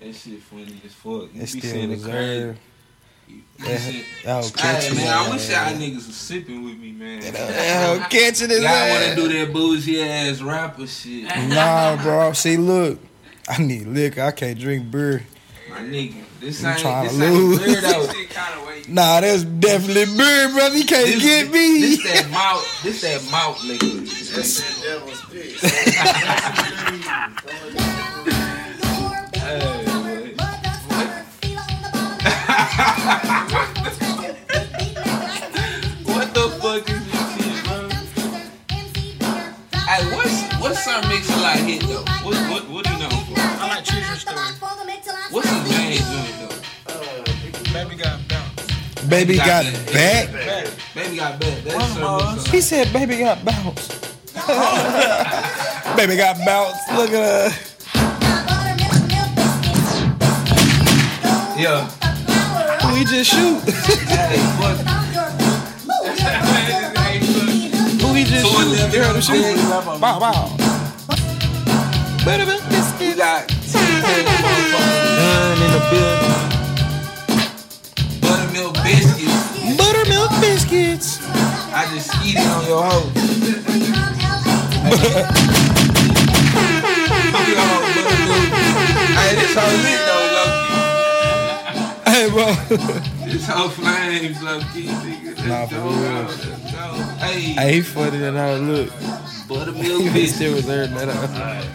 That shit funny as fuck. You It's be still seeing the crazy. reserved. You be That- seeing- I'll catch Hey, you. man, I wish y'all niggas was sipping with me, man. I'll catch it. Y'all want to do that bougie ass rapper shit. My Nah, bro. See, look, I need liquor. I can't drink beer. nigga, this You ain't, tryna this ain't lose. clear though. Shit kind of way. Nah, that's definitely beer, bro. You can't This- get me. This that mouth, this that mouth liquor. That's that devil's piss. Hey, boy. What the fuck is this shit, bro? Hey, what's what's some mix a lot hit though? What what what do you know? For? I like Treasure Story. What's his main joint though? Baby got bounced. Baby got Got that. back. Back. Baby got bad. That's One of some ours. mix. He said, "Baby got bounced." Baby got bounced. Look at her. Yeah. We just shoot. Hey, fuck. We just Someone shoot. left You it on the heard her shoot. bed. Bow wow. Better than You biscuit. got motherfucking Gun in the building. buttermilk biscuits. Buttermilk biscuits. I just skeeted on your hoe. Fuck your hoe, buttermilk. Hey, this hoe lit though, Hey, bro. low key. This hoe flames, low key, nigga. Let's Nah, for go, real. bro. Let's go. Hey, hey, he funny than how it look. buttermilk He biscuits. still reserved that out.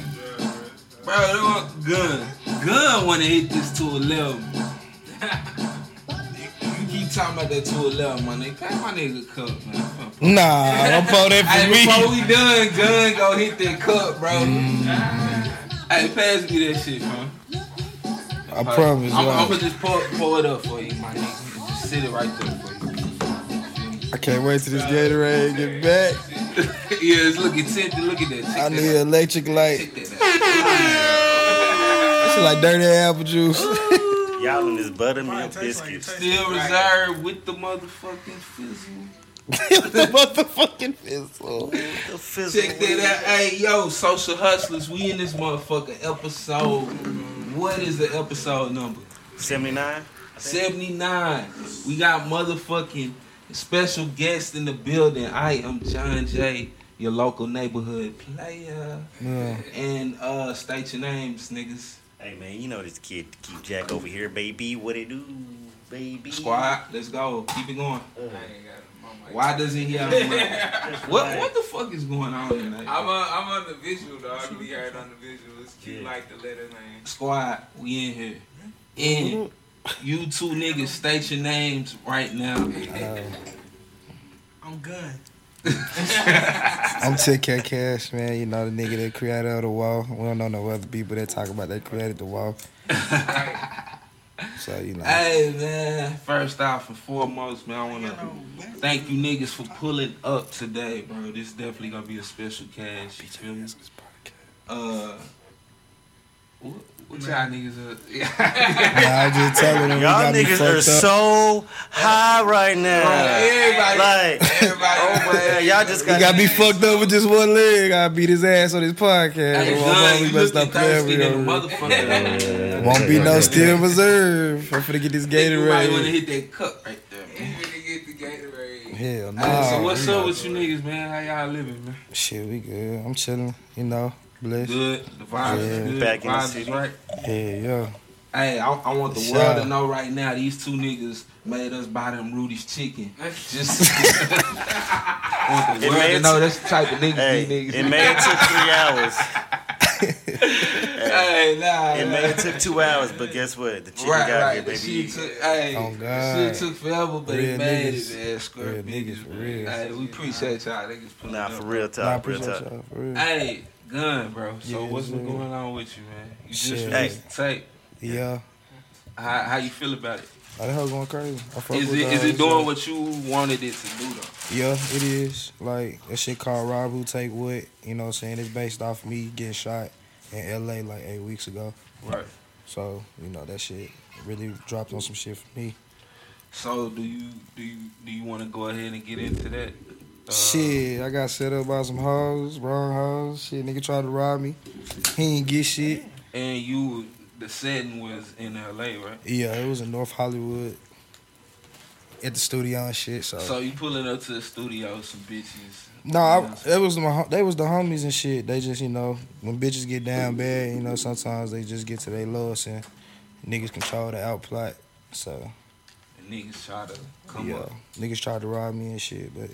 Bro, they want gun. Gun wanna hit this 211. you keep talking about that 211, my nigga. Pass my nigga a cup, man. Fuck. Nah, don't pour Hey, that before for me. we done, gun go hit that cup, bro. Mm. Hey, pass me that shit, man. I promise, I'm, I'm gonna bro. just pour, pour it up for you, my nigga. Just sit it right there for I can't wait till this Gatorade get back. you. yeah, it's looking tinted. Look at that. Check I that need electric out. light. Check that She like dirty apple juice. Y'all in this buttermilk Probably tastes like out. biscuits. Still reserved with the motherfucking fizzle. the motherfucking pistol. The fizzle. Check that out. Hey, yo, social hustlers, we in this motherfucker episode. What is the episode number? 79. 79. We got motherfucking special guests in the building. I am John Jay, your local neighborhood player. Yeah. And uh state your names, niggas. Hey man, you know this kid keep Jack over here, baby. What it do, baby? Uh, Squad, let's go. Keep it going. I ain't got my mic. Why doesn't he have a mic? Just What relax. what the fuck is going on tonight? I'm on, I'm on the visual, dog. We heard on the visual. It's cute, Yeah. like the letter name. Squad, we in here. And you two niggas state your names right now. I'm gun. I'm TK Cash, man. You know the nigga that created the wall. We don't know no other people that talk about that created the wall. So you know, Hey man, first off and foremost, man, I wanna thank you niggas for pulling up today, bro. This definitely gonna be a special cash. You feel me? Uh, what, what y'all niggas? Are, yeah, nah, I'm just telling them. Y'all you got me niggas fucked are up. so high right now. everybody- Like, everybody. oh man, y'all just You got. got me fucked up with just one leg. I beat his ass on this podcast. Hey, Well, I'm Gun, only you best looking up player thirsty we than a gonna- motherfucker. Won't be no steel reserve. I'm finna get this You might wanna Gatorade. hit that cup right there, man. Even to get the Gatorade. Hell no. Hey, so what's up with you niggas, man? How y'all living, man? Shit, we good. I'm chilling. You know, blessed. Good. The vibes is Yeah. good. Back in the vibes is city. right. Hey, yo. Hey, I, I want the Sure. world to know right now these two niggas made us buy them Rudy's chicken. Just I want the It world made to it- know that's the type of niggas Hey, these niggas. it may have took three hours. hey, nah, It nah. may have took two hours, but guess what? The chicken right, got right. here, the baby. shit took, hey, Oh, the God. shit took forever, but Real it made niggas. it, man. Square Real niggas, for real. Hey, we appreciate y'all niggas. pulling Nah, up. for real Nah, I talk, real appreciate talk. y'all. For real. Hey, gun, bro. So Yeah, what's sir. been going on with you, man? You just Shit. released the tape. Yeah. How, how you feel about it? Oh, that hoe going crazy. I fuck Is with it the uh, is hoes, it doing yeah. what you wanted it to do though? Yeah, it is. Like, that shit called Rob Who Take What. You know what I'm saying? It's based off me getting shot in LA like eight weeks ago. Right. So, you know, that shit really dropped on some shit for me. So do you do you do you want to go ahead and get into that? Uh, Shit, I got set up by some hoes, wrong hoes. Shit, nigga tried to rob me. He ain't get shit. And you the setting was in L.A., right? Yeah, it was in North Hollywood at the studio and shit. So, So you pulling up to the studio, some bitches. no, I, it was my hom- they was the homies and shit. They just you know when bitches get down bad, you know sometimes they just get to their lowest and niggas control the outplot. So And niggas try to come yeah, up. niggas tried to rob me and shit, but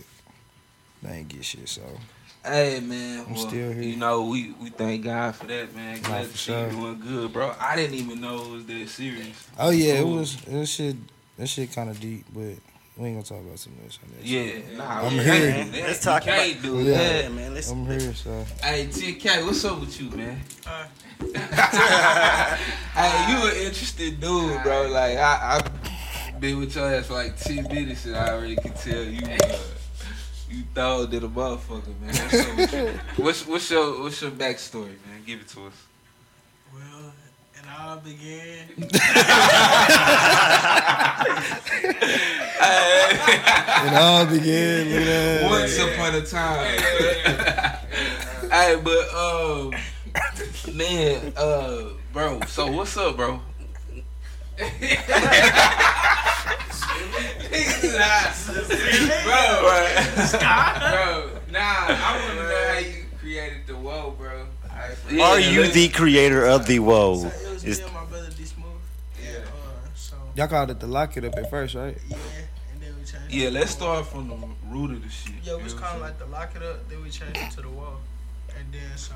they ain't get shit. So Hey man, I'm well, still here. You know, we, we thank God for that, man. Glad for to see sure. you doing good, bro. I didn't even know it was that serious. oh yeah, it Cool. was that shit. That shit kind of deep, but we ain't gonna talk about too much on that. shit. Yeah, nah, I'm we here. can't do that. Let's talk We can't do Yeah. that. Yeah, man. Let's. I'm here, so Hey, TK, what's up with you, man? Uh. hey, you an interesting dude, bro. Like, I, I've been with your ass for like 10 minutes, and I already can tell you, uh, you thawed to the motherfucker, man. What's, up with you? what's, what's your what's your backstory, man? Give it to us. Well, it all began. it all began. Look at that. Once upon a time. hey, but um, man, uh, bro. So what's up, bro? Nah, bro, bro, nah, I want to know how you created the whoa, bro. I- Yeah, Are you let's- the creator of the So woe? it was Is- me and my brother D Smooth. Yeah. Uh, so Y'all called it the lock it up at first, right? yeah, and then we changed. Yeah, it to let's the wall. start from the root of the shit. Yeah, it was You know kind of what like the lock it up. Then we changed it to the wall, and then so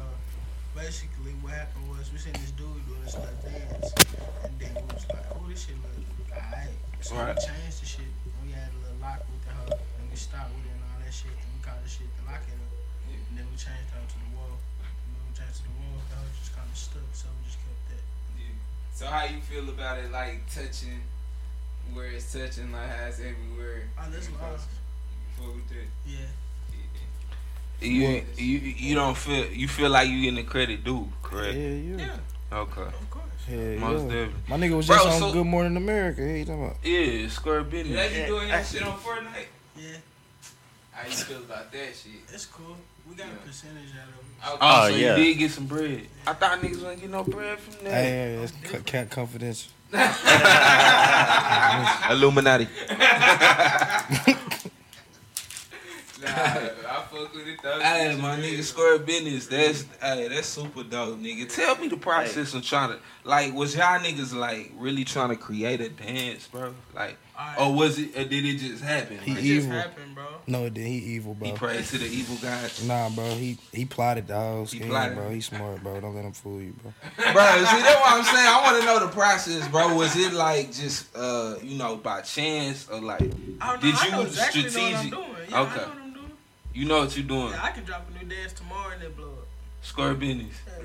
basically what happened was we seen this dude doing this little dance, and then we was like, oh this shit look alright. So Right. we changed the shit. and We had a little lock with the hoe, and we stopped with it and all that shit, and we called the shit the lock it up. And then we changed it to the wall. And When we changed it to the wall, the hoe just kind of stuck, so we just kept that. Yeah. So how you feel about it, like touching where it's touching, like how it's everywhere? Oh, that's live. Before we did. Yeah. You, you you don't feel you feel like you getting the credit due, Yeah, correct? yeah. Yeah. Okay. Of course. Hell Most yeah. definitely. My nigga was Bro, just on so- Good Morning America. Hey, you talking about? Yeah, square business. Did you doing that shit on Fortnite? Yeah, How you feel about that shit? it's cool. We got a Yeah. percentage out of it. Oh, Oh, Oh, so yeah. you did get some bread. I thought niggas wouldn't get no bread from that. Hey, hey, it's c- can't confidential. Illuminati. nah, I fuck with it though. Hey, my nigga, square business. That's hey, that's super dope, nigga. Tell me the process of trying to like, was y'all niggas like really trying to create a dance, bro? Like, Alright. or was it? Or did it just happen? He it Like, just evil. happened, bro. No, it did. He evil, bro. he prayed to the evil god. Nah, bro. He he plotted the whole He scheme, plotted. bro. He smart, bro. Don't let him fool you, bro. bro. See, that's what I'm saying. I want to know the process, bro. Was it like just uh, you know, by chance or like I don't know, Did I you know exactly strategic- Know what I'm doing. Yeah, Okay. I know what I'm doing. you know what you doing? Yeah, I can drop a new dance tomorrow and it blow up. Square business. Yeah.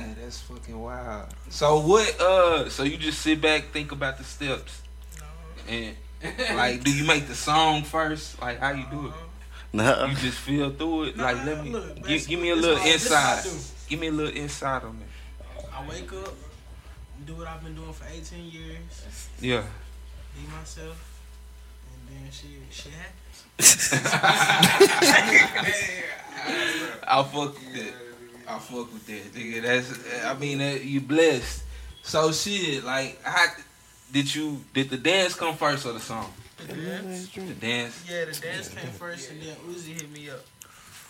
Hey, that's fucking wild. So what? Uh, so you just sit back, think about the steps, No. and like, do you make the song first? Like, how you do it? You No. just feel through it. Like, let me Look, give, give me a basically, little this is what I- insight. this is Give me a little insight on it. what I do. I wake up, do what I've been doing for 18 years, Yeah. be myself, and then shit, shit happens. I fuck with that. I fuck with that, nigga. That's I mean that you blessed. So shit, like how did you did the dance come first or the song? The dance. The dance. Yeah, the dance came first, and then Uzi hit me up.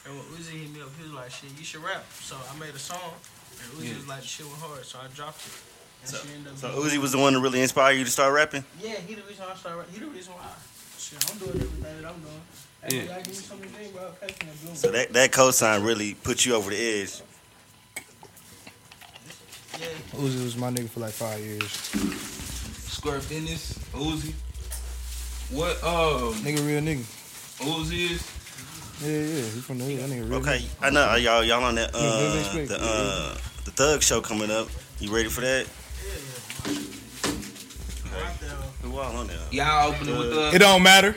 And when Uzi hit me up, he was like, "Shit, you should rap." So I made a song, and Uzi Yeah. was like, "Shit went hard," so I dropped it. And she ended up So Uzi was the one that really inspired you to start rapping. Yeah, he the reason I started. He the reason why. Shit, I'm doing everything that I'm doing. Hey, Yeah. y'all give me something to drink, bro. Pass me a blue. So that that cosign really put you over the edge. yeah, Uzi was my nigga for like five years. Square business, Uzi. What um Nigga, real nigga. Uzi is? Yeah, yeah. He from the hood. That nigga real. Okay, nigga. I know y'all y'all on that Yeah, uh, that's right. the uh, the thug show coming up. You ready for that? yeah, yeah. I'm out there. Who all on there? Y'all open Uh, it with the It don't matter.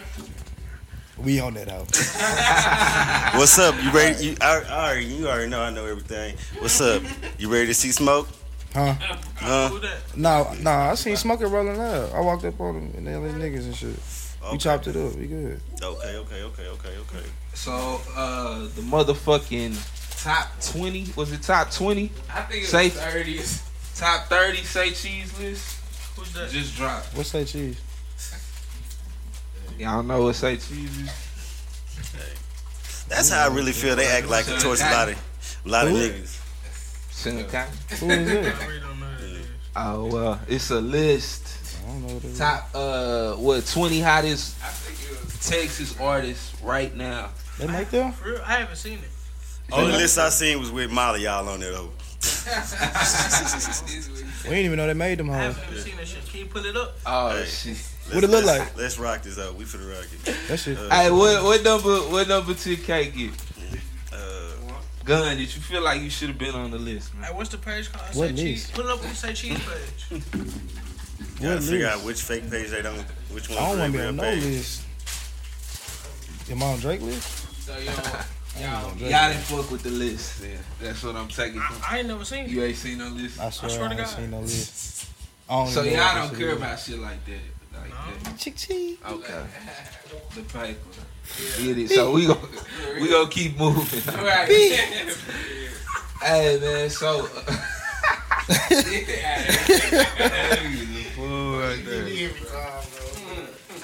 We on that out. What's up? You ready? You I, I already you already know I know everything. What's up? You ready to see smoke? Huh? Huh? Who that? Nah, nah. I seen Smoker rolling up. I walked up on him and they let niggas and shit. We Okay, chopped it up. We good. okay, okay, okay, okay, okay. so uh the motherfucking top twenty was it top twenty? I think it's Safe. thirties. Top 30 say cheese list Who's that? just dropped. What's that cheese? Y'all know what say cheese is? That's how I really feel. They act like towards a lot of, a lot of niggas. Senator Cotton? Who is it? I really don't know who that is. Oh well, it's a list. I don't know what it is. Top uh what 20 hottest I think it was. Texas artists right now. They make them? For real, I haven't seen it. Only list I seen was with Molly y'all on there though. This was- We didn't even know they made them I hoes. haven't even seen that shit. Can you pull it up? Oh Hey. shit. What it look let's- like? Let's rock this out. We finna rock it. That shit. Hey, what what number what number 2K get? Uh, Gun, did you feel like you should have been on the list, man? Hey, what's the page called? What say is? cheese. Pull up who say cheese page. gotta What figure list? out which fake page they don't, which I don't one's want to be the real on no page. list. Your mom Drake list? So yo, y'all, Drake Y'all didn't fuck with the list. Yeah. That's what I'm taking from. I, I ain't never seen it. You ain't seen no list. I swear I, swear to ain't God. seen no list. I don't So even know y'all what don't this care is. about shit like that. Like that. Chick chick. Okay. The paper. Get it. So we gonna we gonna keep moving. right? Hey man, so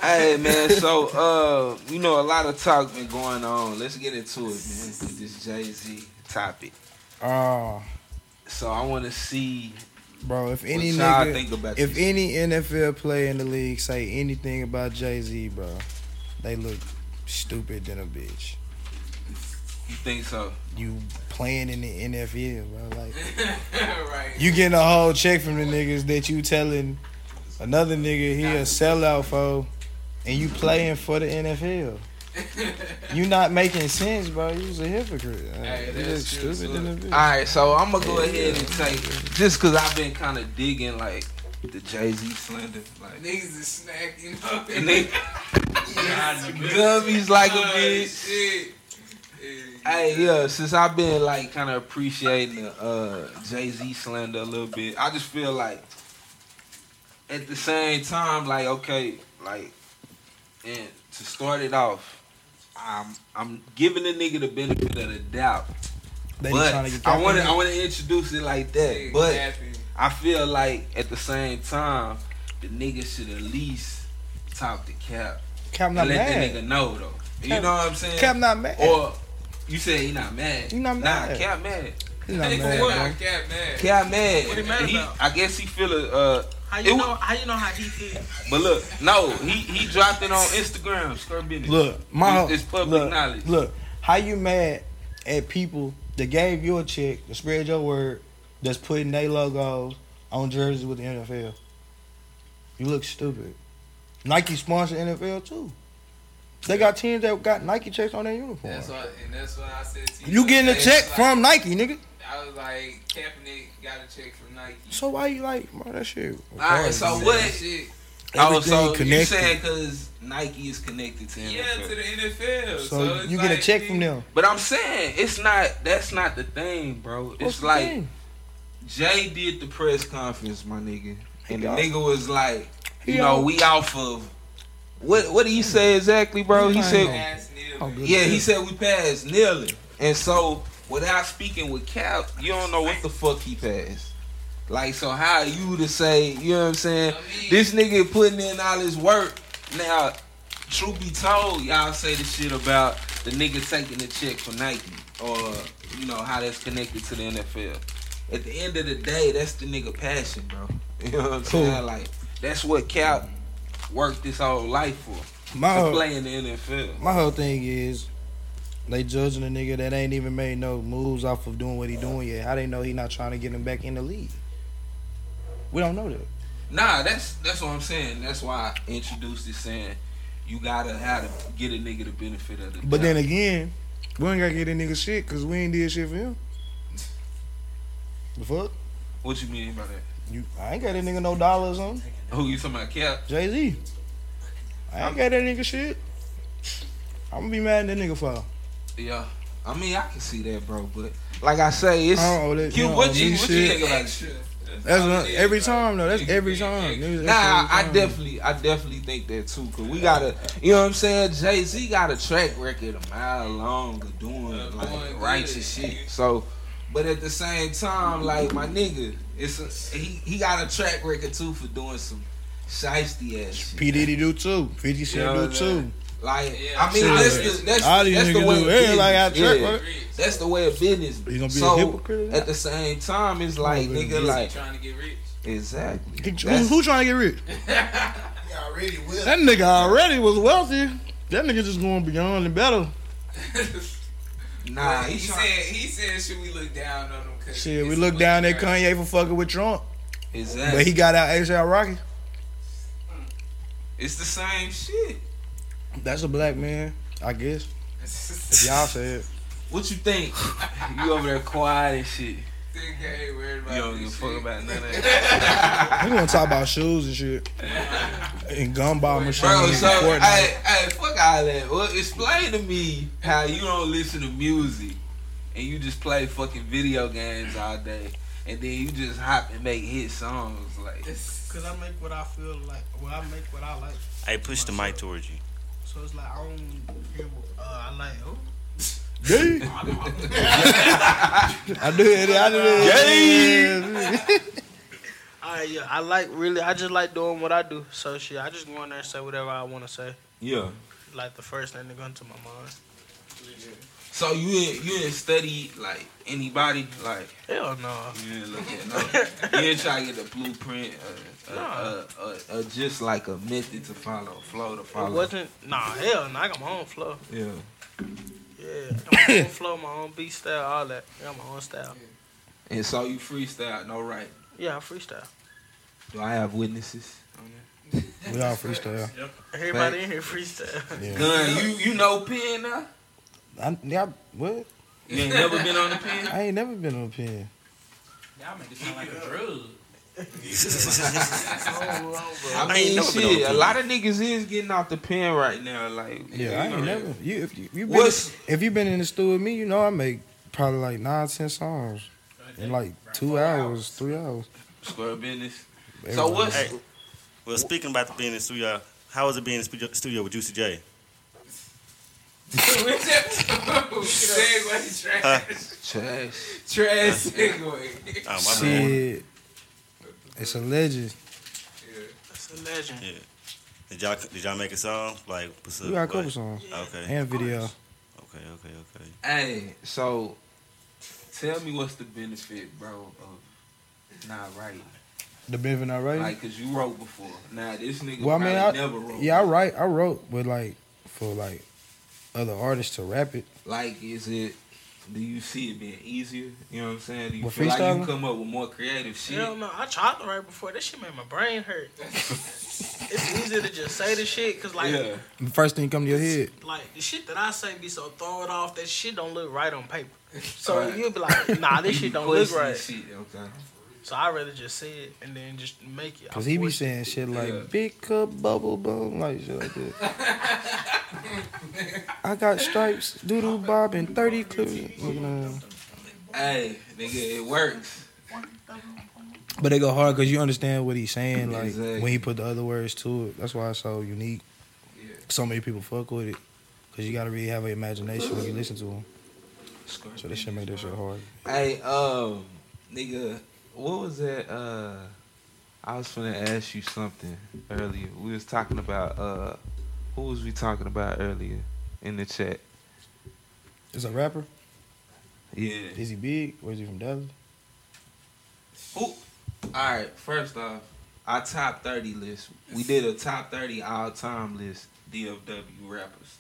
Hey man, so uh you know a lot of talk been going on. Let's get into it, man, with this Jay-Z topic. Ah, So I wanna see bro. If any what y'all nigga, think about if this. any NFL player in the league say anything about Jay Z, bro, they look stupid than a bitch. you think so. You playing in the NFL, bro. Like right. you getting a whole check from the niggas that you telling another nigga he a sellout for, and you playing for the NFL. You not making sense, bro. You was a hypocrite. Like, Hey, you look that's true, stupid son. than a bitch. Alright, so I'm gonna go ahead and take just cause I've been kinda digging like the Jay-Z slander. Like Niggas is snack, you know. and they gummies like a bitch. Shit. Yeah. Hey, yeah, since I've been like kind of appreciating the uh, Jay Z slander a little bit, I just feel like at the same time, like okay, like and to start it off, I'm I'm giving the nigga the benefit of the doubt, They but just tryna get I want to capitalism. I want to introduce it like that, but Exactly. I feel like at the same time, the nigga should at least talk to Cap Cap and not let the mad. nigga know though. You Cap- know what I'm saying? Cap not mad. Or you said he not mad. He not Nah, mad. Cap mad. He not Hey, mad, for what? bro. I got mad. Cap mad. What he mad He- about? I guess he feel a. Uh, How It you wa- know? How you know how deep it is? but look, no, he he dropped it on Instagram. Skirt business. Look, my It's- it's public look, knowledge. Look, how you mad at people that gave you a check, that spread your word, that's putting their logos on jerseys with the NFL? You look stupid. Nike sponsored NFL too. They got teams that got Nike checks on their uniform. That's why, and that's why I said to You getting a today, check like, from Nike, nigga. I was like, Kaepernick got a check from Nike. So why you like, bro, that shit. All right, so what? Shit. Oh, Everything so you connected. saying because Nike is connected to him? Yeah, to the So, NFL. So, it's you get a like, check from them. But I'm saying it's not. That's not the thing, bro. It's What's the like thing? Jay did the press conference, my nigga, and the out. nigga was like, you He know, out. we off of. What what did he say exactly, bro? He He said Ass nigga. Oh, good Yeah, he shit. said we passed nearly. And so without speaking with Cap, you don't know what the fuck he passed. Like so how you to say, you know what I'm saying? This nigga putting in all his work. Now, truth be told, y'all say the shit about the nigga taking the check from Nike or you know how that's connected to the NFL. At the end of the day, that's the nigga passion, bro. You know what I'm Cool. saying? Like that's what Cap worked his whole life for. My to whole- play in the NFL. My whole thing is they judging a nigga that ain't even made no moves off of doing what he doing yet. How they know he not trying to get him back in the league? We don't know that. Nah, that's that's what I'm saying. That's why I introduced this saying you gotta have to get a nigga the benefit of the But then doubt. again, we ain't gotta get that nigga shit because we ain't did shit for him. The fuck? what you mean by that? You, I ain't got that nigga no dollars on Who you talking about, Cap? Jay Z. I ain't got that nigga shit. I'm gonna be mad at that nigga for. Yeah, I mean I can see that, bro. But like I say, it's I don't owe that- Q, you don't what owe you me what you shit. think about? it? Extra. That's all what, it is, every bro. time though. That's every time. Niggas, Nah, that's I every time. definitely, I definitely think that too. Cause we gotta, you know what I'm saying. Jay Z got a track record a mile long of doing Of like doing righteous good. shit. So, but at the same time, like my nigga, It's a, he he got a track record too for doing some shiesty ass shit. P Diddy do too. Fifty Cent Yeah, do man. too. Like Yeah, I mean, shit. that's the that's, All these that's the niggas way do of everything out business. track, yeah. right? That's the way of business. You gonna be so, a hypocrite? At the same time, it's like really nigga, be. like trying to get rich. exactly. Who, That's- who trying to get rich? Y'all really will. That nigga already was wealthy. That nigga just going beyond and better. Nah, he he said, trying- he said, should we look down on them? 'cause Shit, we it's look like, down at right. Kanye for fucking with Trump, exactly. but he got out ASAP Rocky. it's the same shit. That's a black man, I guess. If y'all say it. What you think? you over there quiet and shit. You Think I ain't worried about don't give a this fuck shit. about none of that. We gonna talk about shoes and shit, and gumball Bro, machines. so and Fortnite. hey, hey, fuck all that. Well, explain to me how you don't listen to music and you just play fucking video games all day, and then you just hop and make hit songs like. Cause I make what I feel like. Well, I make what I like. Hey, push the mic towards you. So it's like I don't hear what uh, I like. Oh, Gay. I do it. I do it. Gay. I Ah, yeah, I like really. I just like doing what I do. So shit, I just go in there and say whatever I want to say. Yeah. Like the first thing that comes to my mind. So you didn't you didn't study like anybody like Hell no. you didn't look at no you didn't try to get a blueprint uh, uh, uh, uh, uh, just like a method to follow flow to It follow wasn't. Nah, hell no. I got my own flow. yeah Yeah, I got my own flow, my own beat style, all that. I got my own style. and so you freestyle no right Yeah, I freestyle. do I have witnesses We all freestyle. Everybody in here freestyle. Yeah. Gun you you know pen now I, yeah. What? you ain't never been on the pen I ain't never been on a pen. Y'all make it sound like a drug. I ain't mean never been on shit the a pen. lot of niggas is getting out the pen right now like Yeah, I you ain't know. never. You if you, you been What's- if you been in the studio with me, you know I make probably like nine ten songs in like two hours, three hours. square business so Everything. what's Hey. Well, speaking about the being in the studio, how was it being in the studio- studio with Juicy J? Which Oh, episode? Segway trash. trash Trash segue. Oh, my bad. Shit. It's a legend. That's a legend. Did y'all did y'all make a song? Like what's up? We got a What? couple songs Okay, and video. okay, okay, okay. Hey, so tell me what's the benefit, bro, of not writing? The Benvin I write. Like, cause you wrote before. Nah, this nigga Well, I mean, probably I- never wrote. Yeah, I write. I wrote, but like for like other artists to rap it. Like, is it? Do you see it being easier? You know what I'm saying? Do you With feel like you freestyling? come up with more creative shit? Hell no, I tried to write before. This shit made my brain hurt. it's easier to just say the shit, cause like, yeah. The first thing come to your head. like the shit that I say be so thrown off. That shit don't look right on paper. So Right. you'll be like, nah, this shit don't look Pushing right. Shit, okay. So I rather just say it and then just make it. Cause he be Force- saying shit like Yeah. big cup bubble bum like shit like that. I got stripes, doodle bob, and thirty clips. You know. Hey, nigga, it works. But they go hard because you understand what he's saying, like Exactly. when he put the other words to it. That's why it's so unique. Yeah. So many people fuck with it because you gotta really have an imagination when you listen to him. Squirt. So they should make that shit hard. Hey, um, nigga, what was that? Uh, I was gonna ask you something earlier. We was talking about uh, who was we talking about earlier in the chat? Is a rapper? Yeah. Is he big or is he from Dallas? Who? All right. First off, our top thirty list. We did a top thirty all time list. DFW rappers.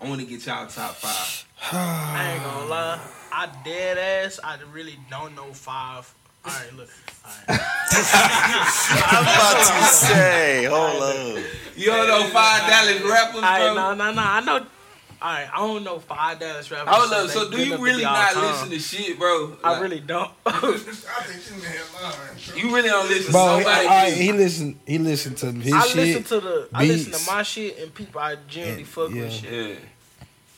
I want to get y'all top five. I ain't gonna lie, I dead ass. I really don't know five. All right, look. All right. I'm about to say, hold on. You don't know five Dallas rappers, All right, bro. no, no, no. I know. All right, I don't know five Dallas rappers. Hold up. they So do good you enough to really be all not time. listen to shit, bro? I Like, really don't. I think you lying. You really don't listen Bro, to he, nobody. I, he listen. He listen to his I shit. listen to the I listen beats. to my shit and people I generally And- fuck yeah. with shit. yeah.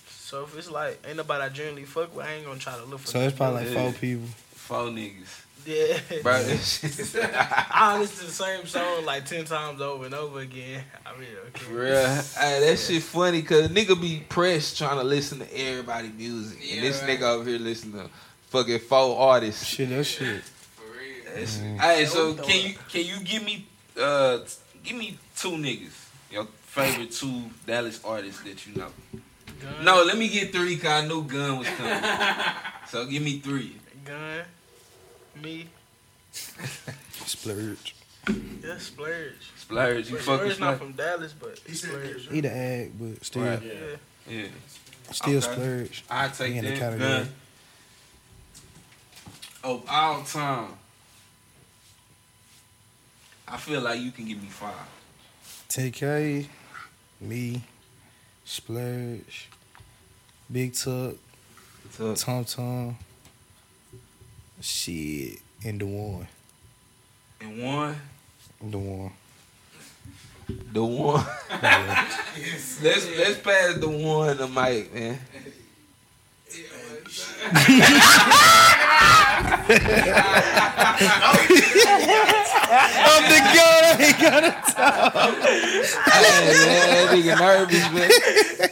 So if it's like ain't nobody I generally fuck with, I ain't gonna try to look for. so it's probably like Yeah. four people. Four niggas. yeah. Bro, that I listen to the same song like ten times over and over again. I really don't shit, care. real. Hey, that shit funny because nigga be pressed trying to listen to everybody music, and this Yeah, right. nigga over here listening to fucking four artists. Shit, that shit. For real. That's Mm. it. Hey, so can you can you give me uh t- give me two niggas your favorite two Dallas artists that you know? Gun. No, let me get three because I knew Gun was coming. so give me three. Gun. Me. Splurge. Yeah, Splurge. Splurge, you fucking Splurge not splurge. from Dallas, but He said, Splurge. He the ag, but still, Right. Yeah. Yeah, still Okay. splurge. I He take in the that category. Gun. Of all time, I feel like you can give me five. TK, me, splurge, big tuck, tom tom, shit, and the one, And one, the one. the one. Let's let's pass the one to Mike, man. I'm the gun. I ain't got it. Hey, man, that nigga nervous, man.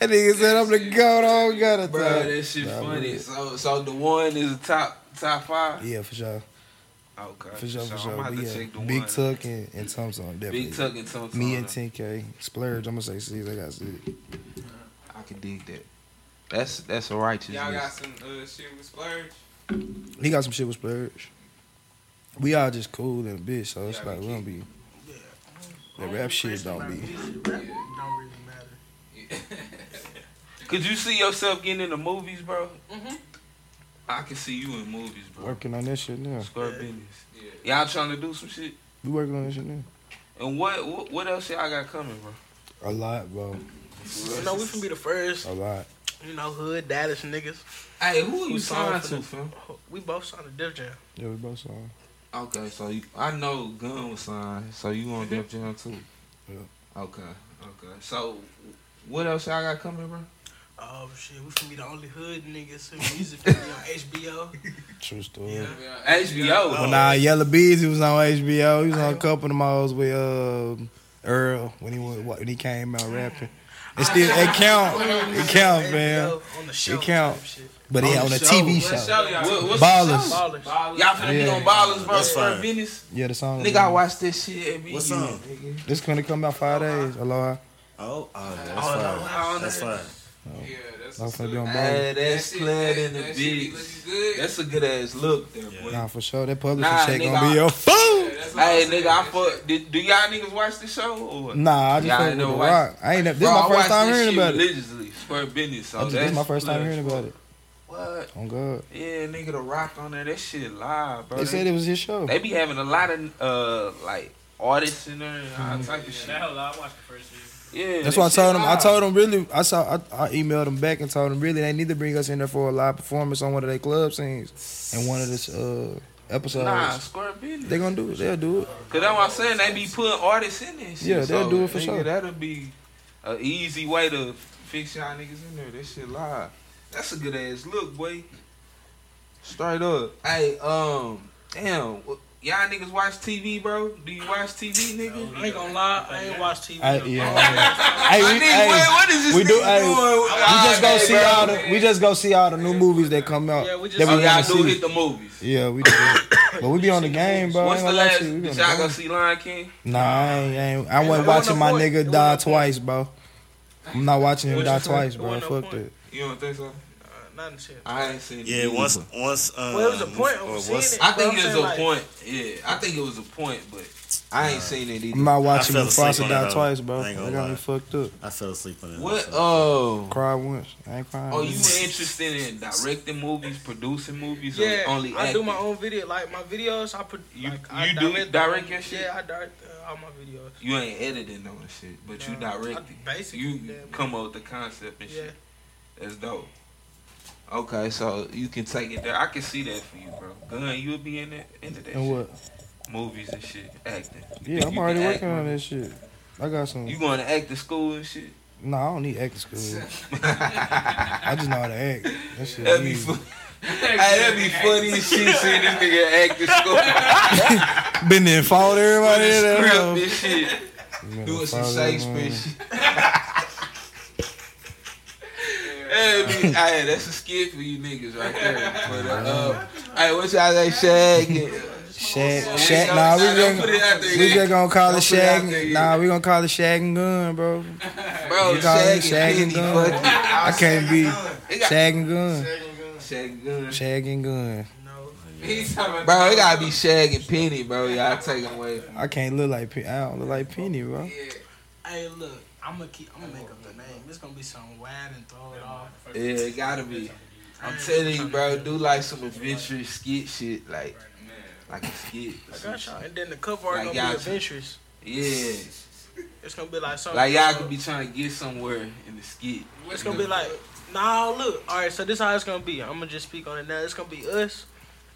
That nigga said I'm the goat. I don't got it. Bro, that shit Nah, funny. we- So, so the one is the top top five. Yeah, for sure. Okay, For sure, so for I'm sure. about But to yeah, check the Big one. Tuck and, and Tom Tom, definitely. Big Tuck, and Tom. Me and Tom. 10K. Splurge, I'm going to say six. I got six. I can dig that. That's that's a righteous. Y'all got some uh, shit with Splurge? He got some shit with Splurge. We all just cool and bitch, so it's Yeah, like, we we don't be. The rap shit don't be. Rap don't really matter. Could you see yourself getting in the movies, bro? Mm-hmm. I can see you in movies, bro. Working on that shit now. Square business. Yeah. Y'all trying to do some shit. We working on that shit now. And what what, what else y'all got coming, bro? A lot, bro. You know, we can be the first, A lot. you know, hood Dallas niggas. Hey, who are you Who signed signed for to, the- fam? We both signed a Def Jam. Yeah, we both saw. it. Okay, so you, I know Gun was signed, so you on Def Jam too. Yeah. Okay, okay. So what else y'all got coming, bro? Oh shit, we finna be the only hood niggas who music video on HBO. True story. Yeah. Uh, HBO. When I Yellow Bees, he was on HBO. He was on a couple of them hoes with uh, Earl when he was, when he came out rapping. It still it count, it count, man. On the show. count. type shit. But he on a TV What show. show y'all? What- what's the Ballers. show? Ballers. Ballers. Y'all finna be Yeah. on Ballers, bro. That's Square fine. business. Yeah, the song. Nigga, I watch this shit every What year. song? Nigga. This gonna come out five days. Aloha. Oh, oh, that's Oh, no, fine. no, That's no. fine. Yeah, that's I'm what's finna be up. on Ballers. Hey, that's That shit- clad in the that shit be bitch. looking good. That's a good ass look there, Yeah. boy. Nah, for sure. That publishing Nah, check nigga, gonna I- be your fool. Yeah, that's what Hey, I'm saying. nigga, I That shit- fuck. Did, do y'all niggas watch the show? Or? Nah, I just Y'all fuck ain't with the never watched- rock. I ain't. never- This Bro, I my watch first time this hearing shit about it. Religiously, Square business. So I just- This that's my first time lit. hearing about it. What? On God, Yeah, nigga, the rock on there. That shit live, bro. they said it was his show. They be having a lot of uh like artists in there and all type of shit. That whole lot. I watched the first season. Yeah, That's that why I shit told him. I live. told him really. I saw. I, I emailed him back and told him really they need to bring us in there for a live performance on one of their club scenes and one of this uh episodes. Nah, square business. They gonna do it. They'll do it. Cause that's what I'm saying. They be putting artists in this. Shit. Yeah, they'll so, do it for nigga, sure. That'll be an easy way to fix y'all niggas in there. That shit live. That's a good ass look, boy. Straight up. Hey, um, damn, wh- y'all niggas watch TV, bro? Do you watch TV, nigga? I ain't gonna lie, I ain't watch TV. I, no more. yeah. hey, My we, nigga, what- hey, what is this we nigga do- doing? hey, we just All go right, see bro. all the. We just go see all the new movies that come out. Yeah, we just- that Oh, we y'all wanna do see. hit the movies. Yeah, we do. but we be on the game, bro. What's I the ain't gonna lie last? to you. We be Did on y'all go the see Lion King? game. Nah, I ain't. I, ain't, I wasn't It wasn't watching no my point. It nigga wasn't die no point. twice, bro. I'm not watching him What's die your point? twice, It bro. wasn't no Fuck point. that. You don't think so? Uh, not in shit. I ain't seen. it Yeah, either. once, once. Um, Well, it was a point of or seeing once- it. I think But I'm it was a saying, like- point. Yeah, I think it was a point, but I ain't seen it either. I'm not watching fell asleep Mufasa on die that twice, hoe. bro. I ain't gonna That got lie. me fucked up. I fell asleep on it. What? Oh. Cry once. I ain't crying. Oh, you were interested in directing movies, producing movies, Yeah, or only I acting? do my own video, like my videos. I put You- like, I you do direct them. your shit? Yeah, I direct uh, all my videos. You ain't editing no shit, but you Nah, I directing. basically, you yeah, come up with the concept and Yeah, shit. That's dope. Okay, so you can take it there. I can see that for you, bro. Gun, you'll be in that into that And what? shit. movies and shit, acting. You Yeah, think I'm you already can working act, on bro? this shit. I got some. You going to acting school and shit? No, I don't need acting school. I just know how to act. That shit. That'd be easy. funny. hey, that'd be funny as shit seeing this nigga acting school. Been there and fought everybody in there. Script though. and shit. Been there doing and some fought Shakespeare everybody. shit. Hey, be- hey, that's a skit for you niggas right there. But, uh, hey, what y'all say, Shag? and- Shag, Don't shag. put Nah, we it- don't just, put it out there we yet. just gonna call Don't it put it out shag. there yet. Nah, we gonna call it shag and gun, bro. Bro, You call it shag, shag and and Diddy, gun. fuck it. I can't be It got- shag and gun, Shag and gun. shag and gun. No. He's talking about Bro, it gotta be Shag and Penny, bro. Y'all take him away. I can't look like Pe- I don't look like Penny, bro. Yeah. Hey, look, I'm gonna keep. I'm gonna make up the name. It's gonna be something wild and throw it off. Yeah, it gotta be. I'm telling you, bro, do like some adventurous skit shit, like, like a skit. or I some got shit. y'all. And then the cover art Like, gonna be y'all should- adventurous. Yeah, It's gonna be like something. like y'all could be trying to get somewhere in the skit. It's gonna be like, nah, look. All right, so this how it's gonna be. I'm gonna just speak on it now. It's gonna be us,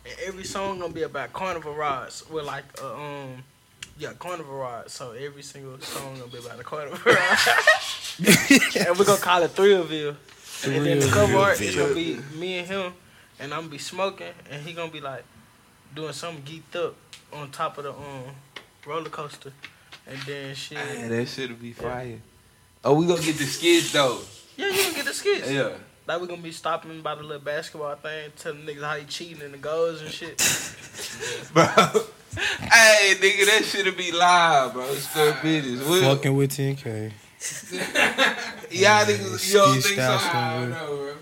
and every song gonna be about carnival rides. We're like, uh, um, yeah, carnival rides. So every single song gonna be about a carnival ride. and we're gonna call it Thrillville. And then the cover art is gonna be me and him, and I'm gonna be smoking, and he gonna be like doing something geeked up on top of the um roller coaster, and then shit. Man, that shit'll be fire. Oh, we gonna get the skits though. Yeah, you gonna get the skits. Yeah. Like we gonna be stopping by the little basketball thing, telling niggas how he cheating in the goals and shit. Bro. Hey, nigga, that shit'll be live, bro. It's their business. We- Fucking with 10K. Y'all niggas, you don't Skit think style so? I don't somewhere. know, bro.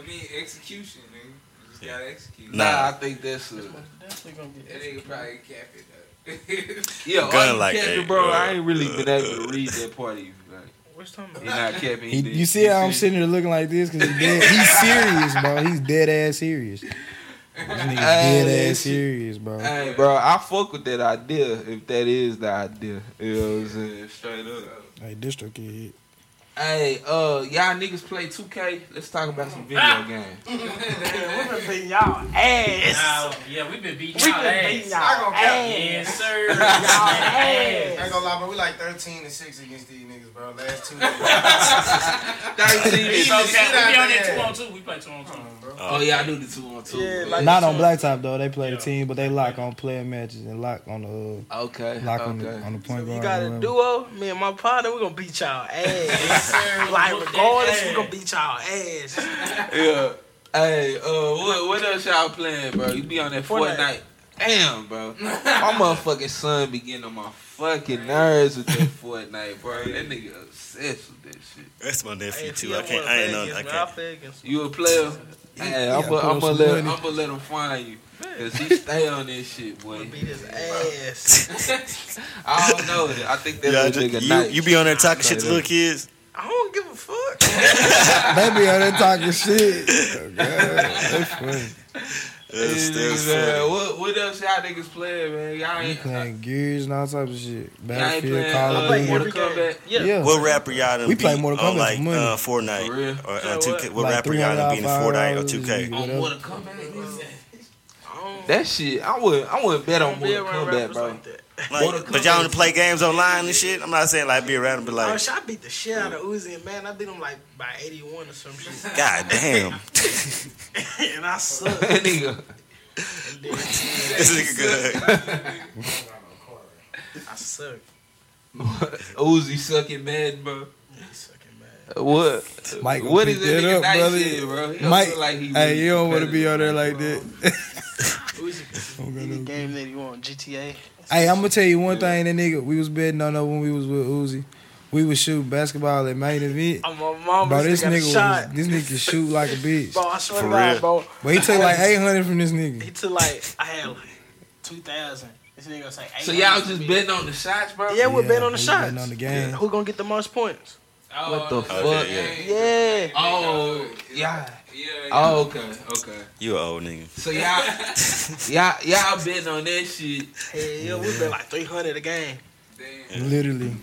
I mean, execution, nigga. You just gotta execute. Nah. Nah, I think that's a. Definitely gonna be. That nigga probably cap it, Yeah, all Gun you like kept that. it, bro. I ain't really been able to read that part of you. Like, What's talking he about? not kept me. He, you see how I'm sitting here looking like this? Cause he's dead. He's serious, bro. He's dead ass serious. This nigga's dead ass serious, bro. Hey, bro, I fuck with that idea if that is the idea. You know what I'm saying? Straight up. Hey, district kid. Hey, uh, y'all niggas play 2K. Let's talk about some video games. y'all ass. Nah, yeah, we've been beating We y'all been beating ass. y'all I gonna count. ass. Yes, sir. y'all ass. ass. I Y'all ain't ass. gonna Y'all lie, but we like 13 and 6 against these niggas, bro. Last two. Thirteen. out and- there. We on that two on two. We play two on two. Oh yeah, I do the two on two. Yeah, like- Not on blacktop though. They play the team, but they lock on player matches and lock on the okay, uh, lock on the okay. on the So point if you guard. got or a whatever. duo, me and my partner, we gonna beat y'all ass. sir. like Whoop that regardless, we ass. gonna beat y'all ass. Yeah. Hey, uh, what what else y'all playing, bro? You be on that Fortnite. Fortnite. Damn, bro. My motherfucking son be getting on my fucking nerves with that Fortnite, bro. That nigga obsessed with that shit. That's my nephew If you too. I don't can't. wanna I ain't play know. I against me, I'll can't. play against you. You a player? Hey, I'm yeah, put gonna on some let money. I'm gonna let him find you, cause he stay on this shit, boy. Beat his ass. I don't know. I think that Yeah, I little just- nigga you, nice. you be on there talking shit to Nah, little kids. I don't give a fuck. They be on there talking shit. Oh, God. That's funny. That's, that's man, funny. what what else y'all niggas playing, man? Y'all You ain't, playing gears and all types of shit. y'all ain't Battlefield, playing. Call Uh, of play Duty. Mortal every game. Kombat. Yeah. Yeah. What rapper y'all done We play beat Mortal on Kombat like for money. uh, For Fortnite real. or Yeah, uh, 2K? What Like rapper y'all done beat in 300 Fortnite or hours, 2K? On Whatever. Mortal Kombat. I don't, That shit, I would, I wouldn't bet on don't be Mortal around Kombat, rappers bro. like that. Mortal Like, but y'all Kombat. wanna play games online and shit? I'm not saying like be around and be Oh, like, shit, I beat the shit out of Uzi and man, I beat him like by 81 or some shit. God damn. and I suck. That nigga, this nigga good. I suck. Uzi sucking mad, bro. He sucking mad. What? Mike gonna what is pick that that nigga up, nice brother. shit, bro? He don't Mike, feel like he hey, really you don't want to competitive. be on there like that. Uzi, I'm any gonna- game that you want, GTA. hey, I'm gonna tell you one thing. That nigga, we was betting on that when we was with Uzi. We was shooting basketball at main event. I'm my mama. Bro, this nigga, shot. was, this nigga shoot like a bitch. bro, I swear For to God, real. bro. But he took like 800 from this He nigga. took like, I had like 2,000. This nigga was like, So y'all just betting on the shots, bro? Yeah, we're Yeah, betting on the we shots. betting on the game. Who gonna get the most points? Oh, What the okay, fuck? Yeah. Oh, yeah. Yeah. yeah. Oh, okay, okay. You a old nigga. So y'all, y'all, y'all betting on that shit. Hell yeah, we bet like 300 a game, Damn. Literally.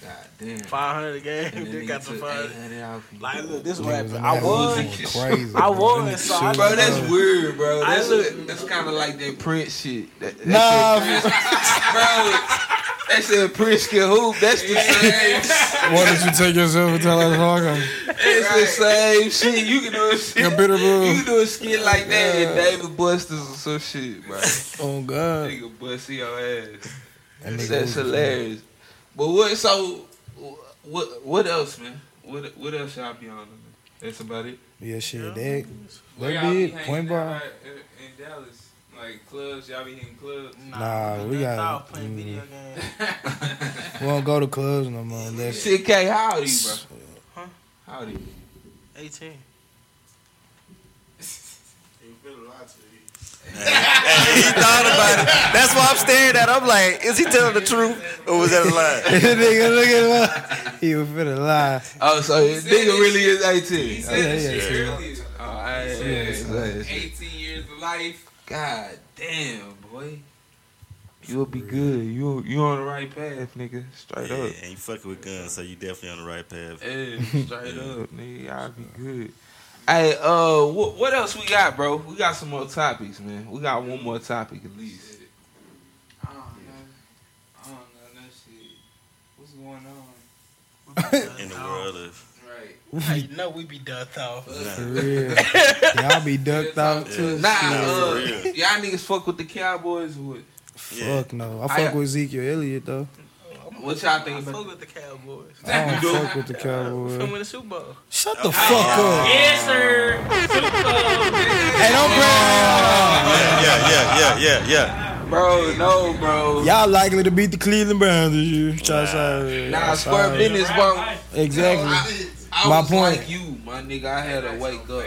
God damn. 500 a game. And then They nigga got the took five. 800 off you. Like, look, Nigga this was rapper. in I that won. Uzi was Crazy, I bro. That won, nigga so shoot I- Bro, that's like- weird, bro. I That's, look- that's kind of like that Prince shit. That, that Nah, shit, Prince- bro. That shit Prince can hoop. That's the same. Why don't you take yourself and tell us how It's the same shit. You can do a shit. You're bitter, bro. You can do a skit like that and David Buster's or some shit, bro. Oh God. Nigga bust your ass. That nigga That's was- hilarious. But what? So what? What else, man? What? What else y'all be on? That's about it. Yeah, shit. That, Where that y'all be big hanging point out bar. at, uh, In Dallas. Like clubs, y'all be hitting clubs. Nah, we that's got- mm. all playing video games. We don't go to clubs no more. Unless Shit, K, how old are you, bro? Huh? How old are you? 18. he thought about it. That's why I'm staring at. him. I'm like, is he telling the truth or was that a lie? nigga, look at him. He was finna lie. Oh, so this said nigga it. really is He 18. said yeah, this yeah, shit yeah. earlier. Oh, I, yeah, yeah, yeah. 18 years of life. God damn, boy. You'll be good. You you on the right path, nigga. Straight Yeah, up. and you fucking with guns, so you definitely on the right path. Yeah, straight up, nigga. I'll be good. Hey, uh, what, what else we got, bro? We got some more topics, man. We got one more topic at least. I don't know. I don't know that shit. What's going on? In the world of Right. How you know we be ducked off. For nah, real. Y'all be ducked out too. Nah, Nah, uh, for real. y'all niggas fuck with the Cowboys. What, yeah. Fuck no. I fuck I- with Ezekiel Elliott though. what y'all I think fuck about? with the Cowboys. I don't fuck with the Cowboys. From win the Super Bowl. Shut the fuck up. Yes, sir. Hey, don't bring yeah, yeah, yeah, yeah, yeah, yeah. Bro, no, bro. Y'all likely to beat the Cleveland Browns this year. Try to say- Nah, I'm square sorry. business, bro. Exactly. I, I My was point. like you, my nigga. I had to wake up.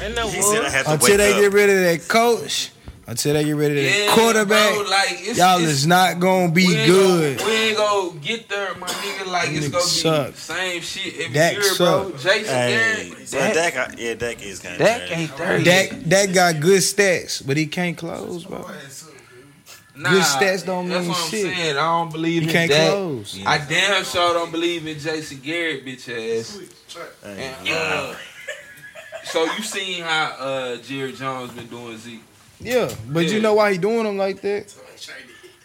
Ain't no He said I war. had to Until they wake get up. rid of that coach, until they get rid of that quarterback, bro, like, it's, y'all it's- is not gonna be we ain't good. Gonna, we ain't gonna get there, my nigga. Like it's Nigga gonna be suck. same shit every Dak year, bro. suck. Jason Hey, Garrett, Dak, Dak, I- yeah, Dak is kind of Dak ain't thirty. Dak Dak got good stats, but he can't close, bro. nah, good stats don't that's mean what I'm shit. Saying. I don't believe He in can't Dak. close. I damn sure don't believe in Jason Garrett, bitch ass. And, uh, so you seen how uh, Jerry Jones been doing Zeke? Yeah, but Yeah. you know why he doing them like that?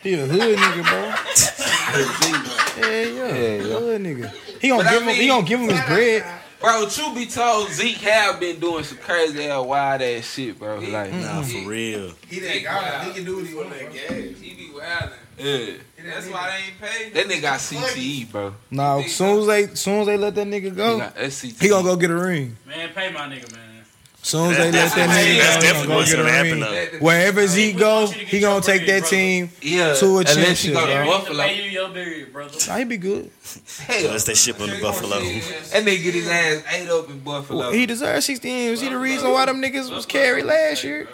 He a hood nigga, bro. Yeah, yeah, Yeah, yeah. hood nigga. He gonna But I give him. mean- he gonna give him his bread. Bro, truth be told, Zeke have been doing some crazy ass wild ass shit, bro. Like, Nah, for real. He done got He can do what he want that game. He be wildin'. yeah, That's why they ain't paid. that nigga got CTE, bro. Nah, as soon as they, soon as they let that nigga He, go, got SCTE. he gonna go get a ring. Man, pay my nigga, man. As soon as they let That's, that that's nigga go, he definitely what's gonna gonna get a happen. ring. Though. That- Wherever Zeke We go, want you to get he gonna your take bread, that brother. team. yeah, to a unless you championship, go to bro. Buffalo. Pay you your burial, brother. Nah, he be good. Hell, Unless they ship on the Buffalo. that nigga get his ass ate up in Buffalo. He deserves 60 M's. He the reason why them niggas was carried last year.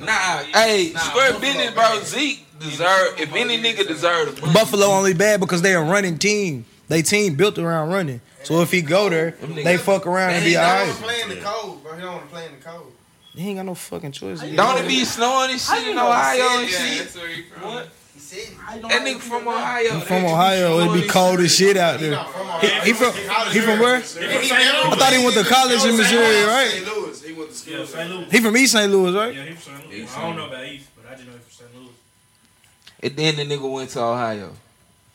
Nah, hey, square Buffalo, business, bro. Zeke deserve. If any nigga deserve a Buffalo only bad because they a running team. They team built around running. So if he go there, they fuck around and be alright. play in the cold, bro. He don't want to play in the cold. He ain't got no fucking choice. don't it be snowing and shit in Ohio and shit? That's where he from. What? He said That nigga from Ohio. He That from shit be Ohio, snowing it'd be and cold shit. as shit out he there. not from Ohio. He, he from he from where? I thought he went to college in Missouri, right? St. Louis. He went to school. Yeah, St. Louis. He from East St. Louis, right? Yeah, he from St. Louis. I don't know about East, but I just know he's from St. Louis. And then the nigga went to Ohio.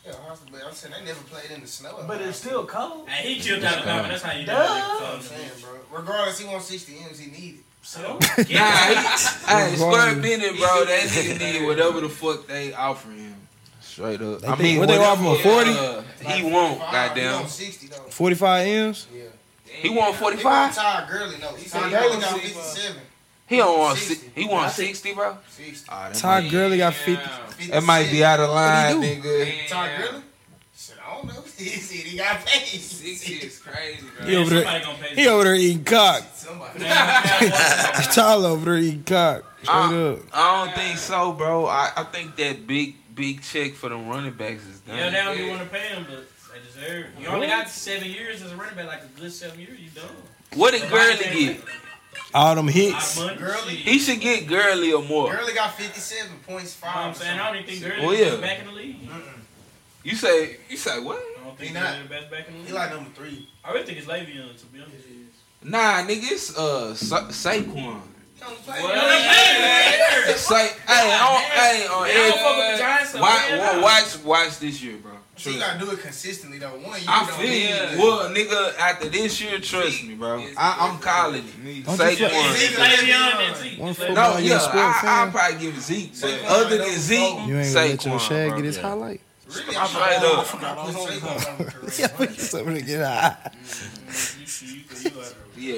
Yeah, honestly, but I'm saying they never played in the snow. But it's still cold. Hey, he killed out of Alabama. That's how you know. I'm saying, bro. Regardless, he wants 60 M's. He needed. So, Nah, yeah. he, hey, square business, bro. That nigga need whatever the fuck they offering him. Straight up. They think- what they whatever- offering, 40? Uh, he won't, He goddamn. wants 60 though. 45 M's? Yeah. He want He want 45. Todd Gurley, no. He said Todd he only Gurley got 55. 57. He don't want. 60. si- He want 60, bro. 60. Ah, that Todd might- Gurley got 50. That might be out of line, What he nigga. Todd Gurley? Shit, I don't know. He said he got paid. Six is crazy, bro. He over there, somebody gonna pay he over there eating cock. Somebody. Tyler over there eating cock. Straight Uh, up. I don't think so, bro. I, I think that big big check for them running backs is done. Yeah, now we want to pay him, but they deserve. it. You only got seven years as a running back, like a good seven years. You done. What did Gurley get? All them Hot hits. money. Gurley. shit. You He should get Gurley or more. Gurley got 57 points know what I'm five. saying I don't even think Gurley Oh, is yeah. the best back in the league. You say you say what? I don't think He he's not. the best back in the He league. like number three. I really think it's Le'Veon, to be honest. Nah, nigga, it's uh Sa- Saquon. Hey, hey, hey. Say, hey, on, hey, on I don't fuck with the every, Giants. so watch, man, wa- nah. watch, watch this year, bro. So you gotta do it consistently though. One, you I don't feel you. Well, nigga, after this year, trust me, bro. I, I'm calling it. Don't you feel- Saquon. It's Le'Veon and Zeke. One It's foot- Le'Veon. No, Football, you yeah, a square I, I'll fan? probably give Zeke, but Saquon other ain't than no Zeke, football. You ain't gonna let your Saquon, shag bro. get his Yeah. highlight. Really, I I'm tried old. to- I forgot what I I'm Yeah, we saying. something to get high. You see, you could- you out there. Yeah,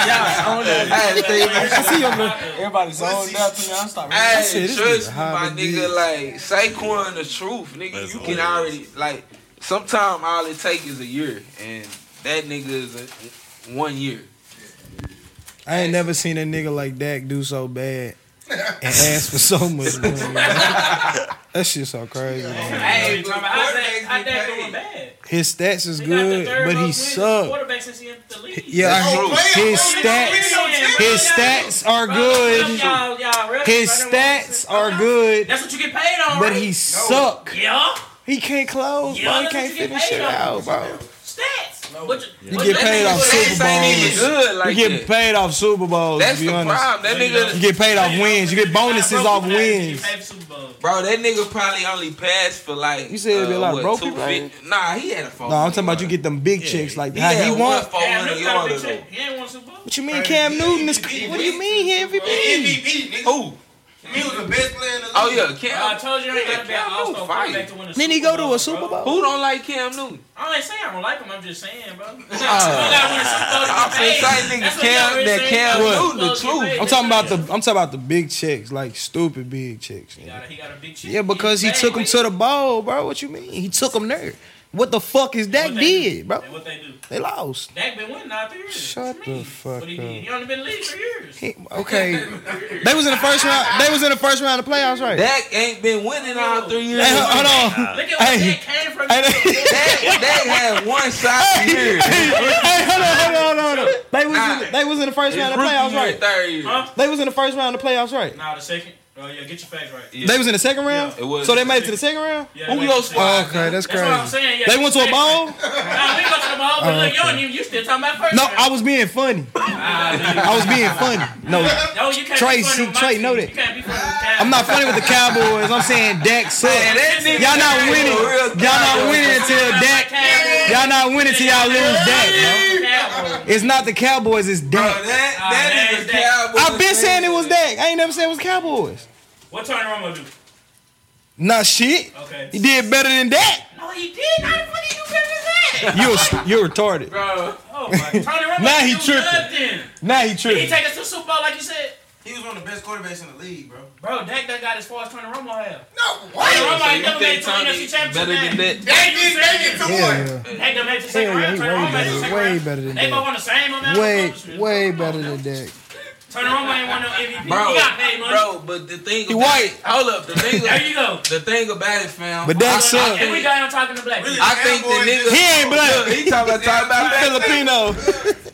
you I see him. look- Everybody zoned out to me. I'm stopping. Hey, That shit, this trust nigga me, high my than nigga, bitch. like Saquon, the truth, nigga. That's you all can it is. already like. Sometimes all it takes is a year, and that nigga is a, one year. I ain't never seen a nigga like Dak do so bad and ask for so much money. that shit so crazy. man. Hey, but but how's that? quarterbacks How get that paid. doing bad? His stats is They got the good, third but he most wins as a sucked. Quarterback since he entered the league. Yeah, That's I- true. his Bro, stats, y'all- his y'all- stats are bro, good. y'all- y'all reps, His bro, them stats motherfuckers- are good, That's what you get paid on, but right? he suck. Yeah, He can't close, Yeah, bro. He that's can't what you get finish paid shit on. out, bro. stats. But You but get that paid nigga off was- Super Super ain't even Bowls. good like you that. get paid off Super Bowls. That's to the be honest. problem. That No, you nigga, You get paid off Hey, wins. You get bro, bonuses bro, off you paid- you wins. paid for Super Bowl. bro, that nigga probably only passed for like uh, You said it'd be a lot of broke people, 250 Nah, he had a phone. No, I'm talking about you get them big chicks like He how had he one want. 400 Cam Newton got a yarder, big check. He ain't won Super Bowl. What you mean Cam Newton is? What do you mean he MVP? MVP, nigga. though. Who? He was the best player in the league. Oh yeah, Bro, Cam. I told you I ain't Yeah, got to be an Cam All Newton Star fire. quarterback to win a Then he Super go to Bowl, a Super bro. Bowl. Who don't like Cam Newton? I ain't saying I don't like him. I'm just saying, bro. you gotta win a Super Bowl. Uh, to I'm get saying, paid. say nigga That's what Cam- y'all that saying, Cam y'all Newton, the Super Bowls get truth. paid. I'm talking about the I'm talking about the big chicks, like stupid big chicks. He got a- he got a big check. Yeah, because he took him paid. to the bowl, bro. What you mean? He took him there. What the fuck is What that they did, do. bro? And What they do? They lost. Dak been winning all three years. Shut What the you mean? fuck What he up. did? He only been in the league for years. He- okay, they was in the first round. They was in the first round of playoffs, right? Dak ain't been winning all three years. Hey, hold- hold on. Look at where Hey. Dak came from. Hey, Dak, Dak had one shot a year. Hey, hold on, hold on, hold on. They was in the, they was in the first round of playoffs, right? Third year. Huh? They was in the first round of playoffs, right? Nah, the second. Oh yeah, get your facts right. Yeah. They was in the second round. Yeah, it was. So they made it to the second round. Yeah, Who like your you said. squad? Okay, that's That's what I'm crazy. saying. Yeah, They went to a bowl. Nah, we went to the ball, but Oh, look, you okay. don't even. You still talking about first? No, round. I was being funny. Nah, I was being funny. No, dude. no, you can't. Trey, be funny see, with my Trey team. know You that. can't be funny with Dak. I'm not funny with the Cowboys. I'm saying Dak Man, suck. that nigga Y'all not Dak a winning. real Y'all not cowboy. winning until Dak. Y'all not winning until y'all lose Dak, Dak, bro. It's not the Cowboys. It's Bro, Dak. that, Ah, that man, is a Dak. cowboy. I've been saying it was Dak. I ain't never saying it was Cowboys. What Tony Romo do? Not shit. Okay. He did better than that. No, he did not. What did you better than that? You a- you're retarded. Bro, oh my. Tony Romo Now he do tripping. nothing. Now he Did he tripping. take us to the Super Bowl like you said? He was one of the best quarterbacks in the league, bro. Bro, Dak done got as far as Tony Romo have. No, Tony what? Romo ain't you never think made it to the Tony NFC Championship. better than game. that? They did make it to one. Yeah, Dak done made it Hell to the second yeah, round. he Tony Romo made it to the way second round. better than They that. both won the same amount. of way, accomplishments. way Come on better now. than Dak. Tony Romo ain't won no MVP. Bro, he got paid money. bro, but the thing He about white. it, hold up, the thing, There you go. the thing about it, fam. But Dak I- suck. And we got him talking to black people. I think the nigga He ain't black. Look, he talking about talking about Filipino.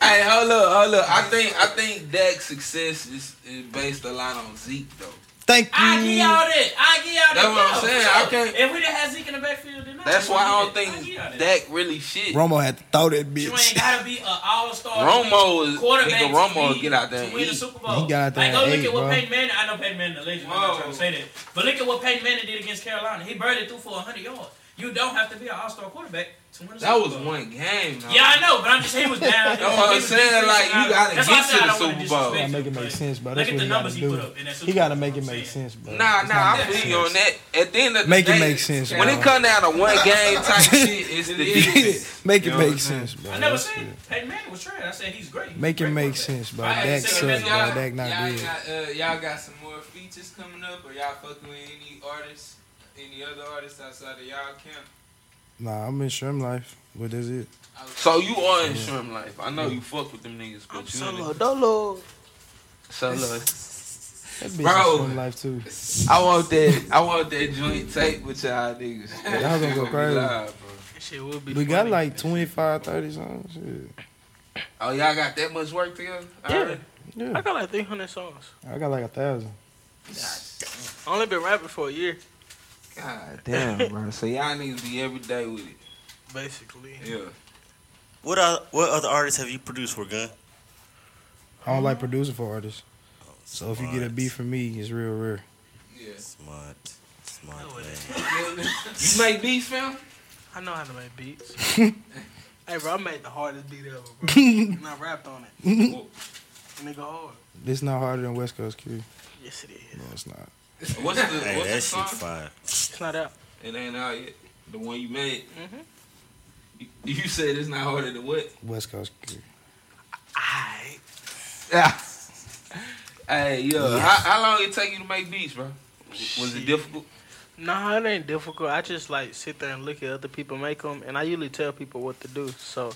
Hey, hold up, hold up. I think I think Dak's success is, is based a lot on Zeke though. Thank I give you. y'all that. I give y'all that. That's what I'm Yo, saying. so, I can't- If we didn't have Zeke in the backfield, then That's why I don't I give think y'all that. Dak really shit. Romo had to throw that You ain't bitch. gotta be an all-star. Romo is quarterback. nigga. Romo to get out there. to and win the eat. Super Bowl. He got out there Like, go at look eight, at what bro. Peyton Manning. I know Peyton Manning, a legend. I'm not trying to say that, but look at what Peyton Manning did against Carolina. He barely threw for 100 yards. You don't have to be an all-star quarterback to win. The That Super was Bowl. one game. though. Yeah, I know, but I'm just saying he was down. That's what I'm He was saying, defensive like, you guy. gotta That's why I get said to I the Super don't wanna Bowl. disrespect Gotta make him, it make but sense, bro. Look That's at what the he numbers gotta he put do. up in that Super He Bowl. gotta that's make it what I'm make saying. sense, bro. Nah, It's nah, gotta I make feel sense. you on that. At the end of the Make day, it make sense, When it bro. come down to one game type shit, it's the defense. Make You know it what make I'm saying? sense, bro. I never That's said good. Peyton Manning was trash. I said he's great. He's Make a it great make quarterback. sense, bro. I had Dak to say sucks, that bro. y'all- Dak not y'all good. Got, uh, y'all got some more features coming up, or y'all fucking with any artists, any other artists outside of y'all camp? Nah, I'm in Shrimp Life. What is it? I was- So you are in shrimp life. I know you fuck with them niggas, but you ain't- So look, That bitch Bro. in Shrimp Life too. I want that. I want that joint tape with y'all niggas. Y'all gonna go crazy. Live, bro. That shit would be We got funny. like 25, 30 songs. Shit. Oh, y'all got that much work together? Yeah. Alright. I Yeah, got like 300 songs. I got like a thousand. I only been rapping for a year, God damn, bro. So y'all niggas be every day with it. basically. Yeah. What uh, what other artists have you produced for Gun? I don't like producing for artists. So if you get a beat from me, it's real rare. Yeah. Smart, smart it man. You make beats, fam? I know how to make beats. hey, bro, I made the hardest beat ever, bro. and I rapped on it. Nigga hard. It's not harder than West Coast Q. Yes, it is. No, it's not. What's the, Hey, what's the that shit song? fire. It's not out. It ain't out yet. The one you made. Mhm. You- You said it's not harder than what? West Coast. Kid. Aight. Yeah. Hey, yo, how, how long it take you to make beats, bro? Was it difficult? Nah, it ain't difficult. I just like sit there and look at other people make them, and I usually tell people what to do. So,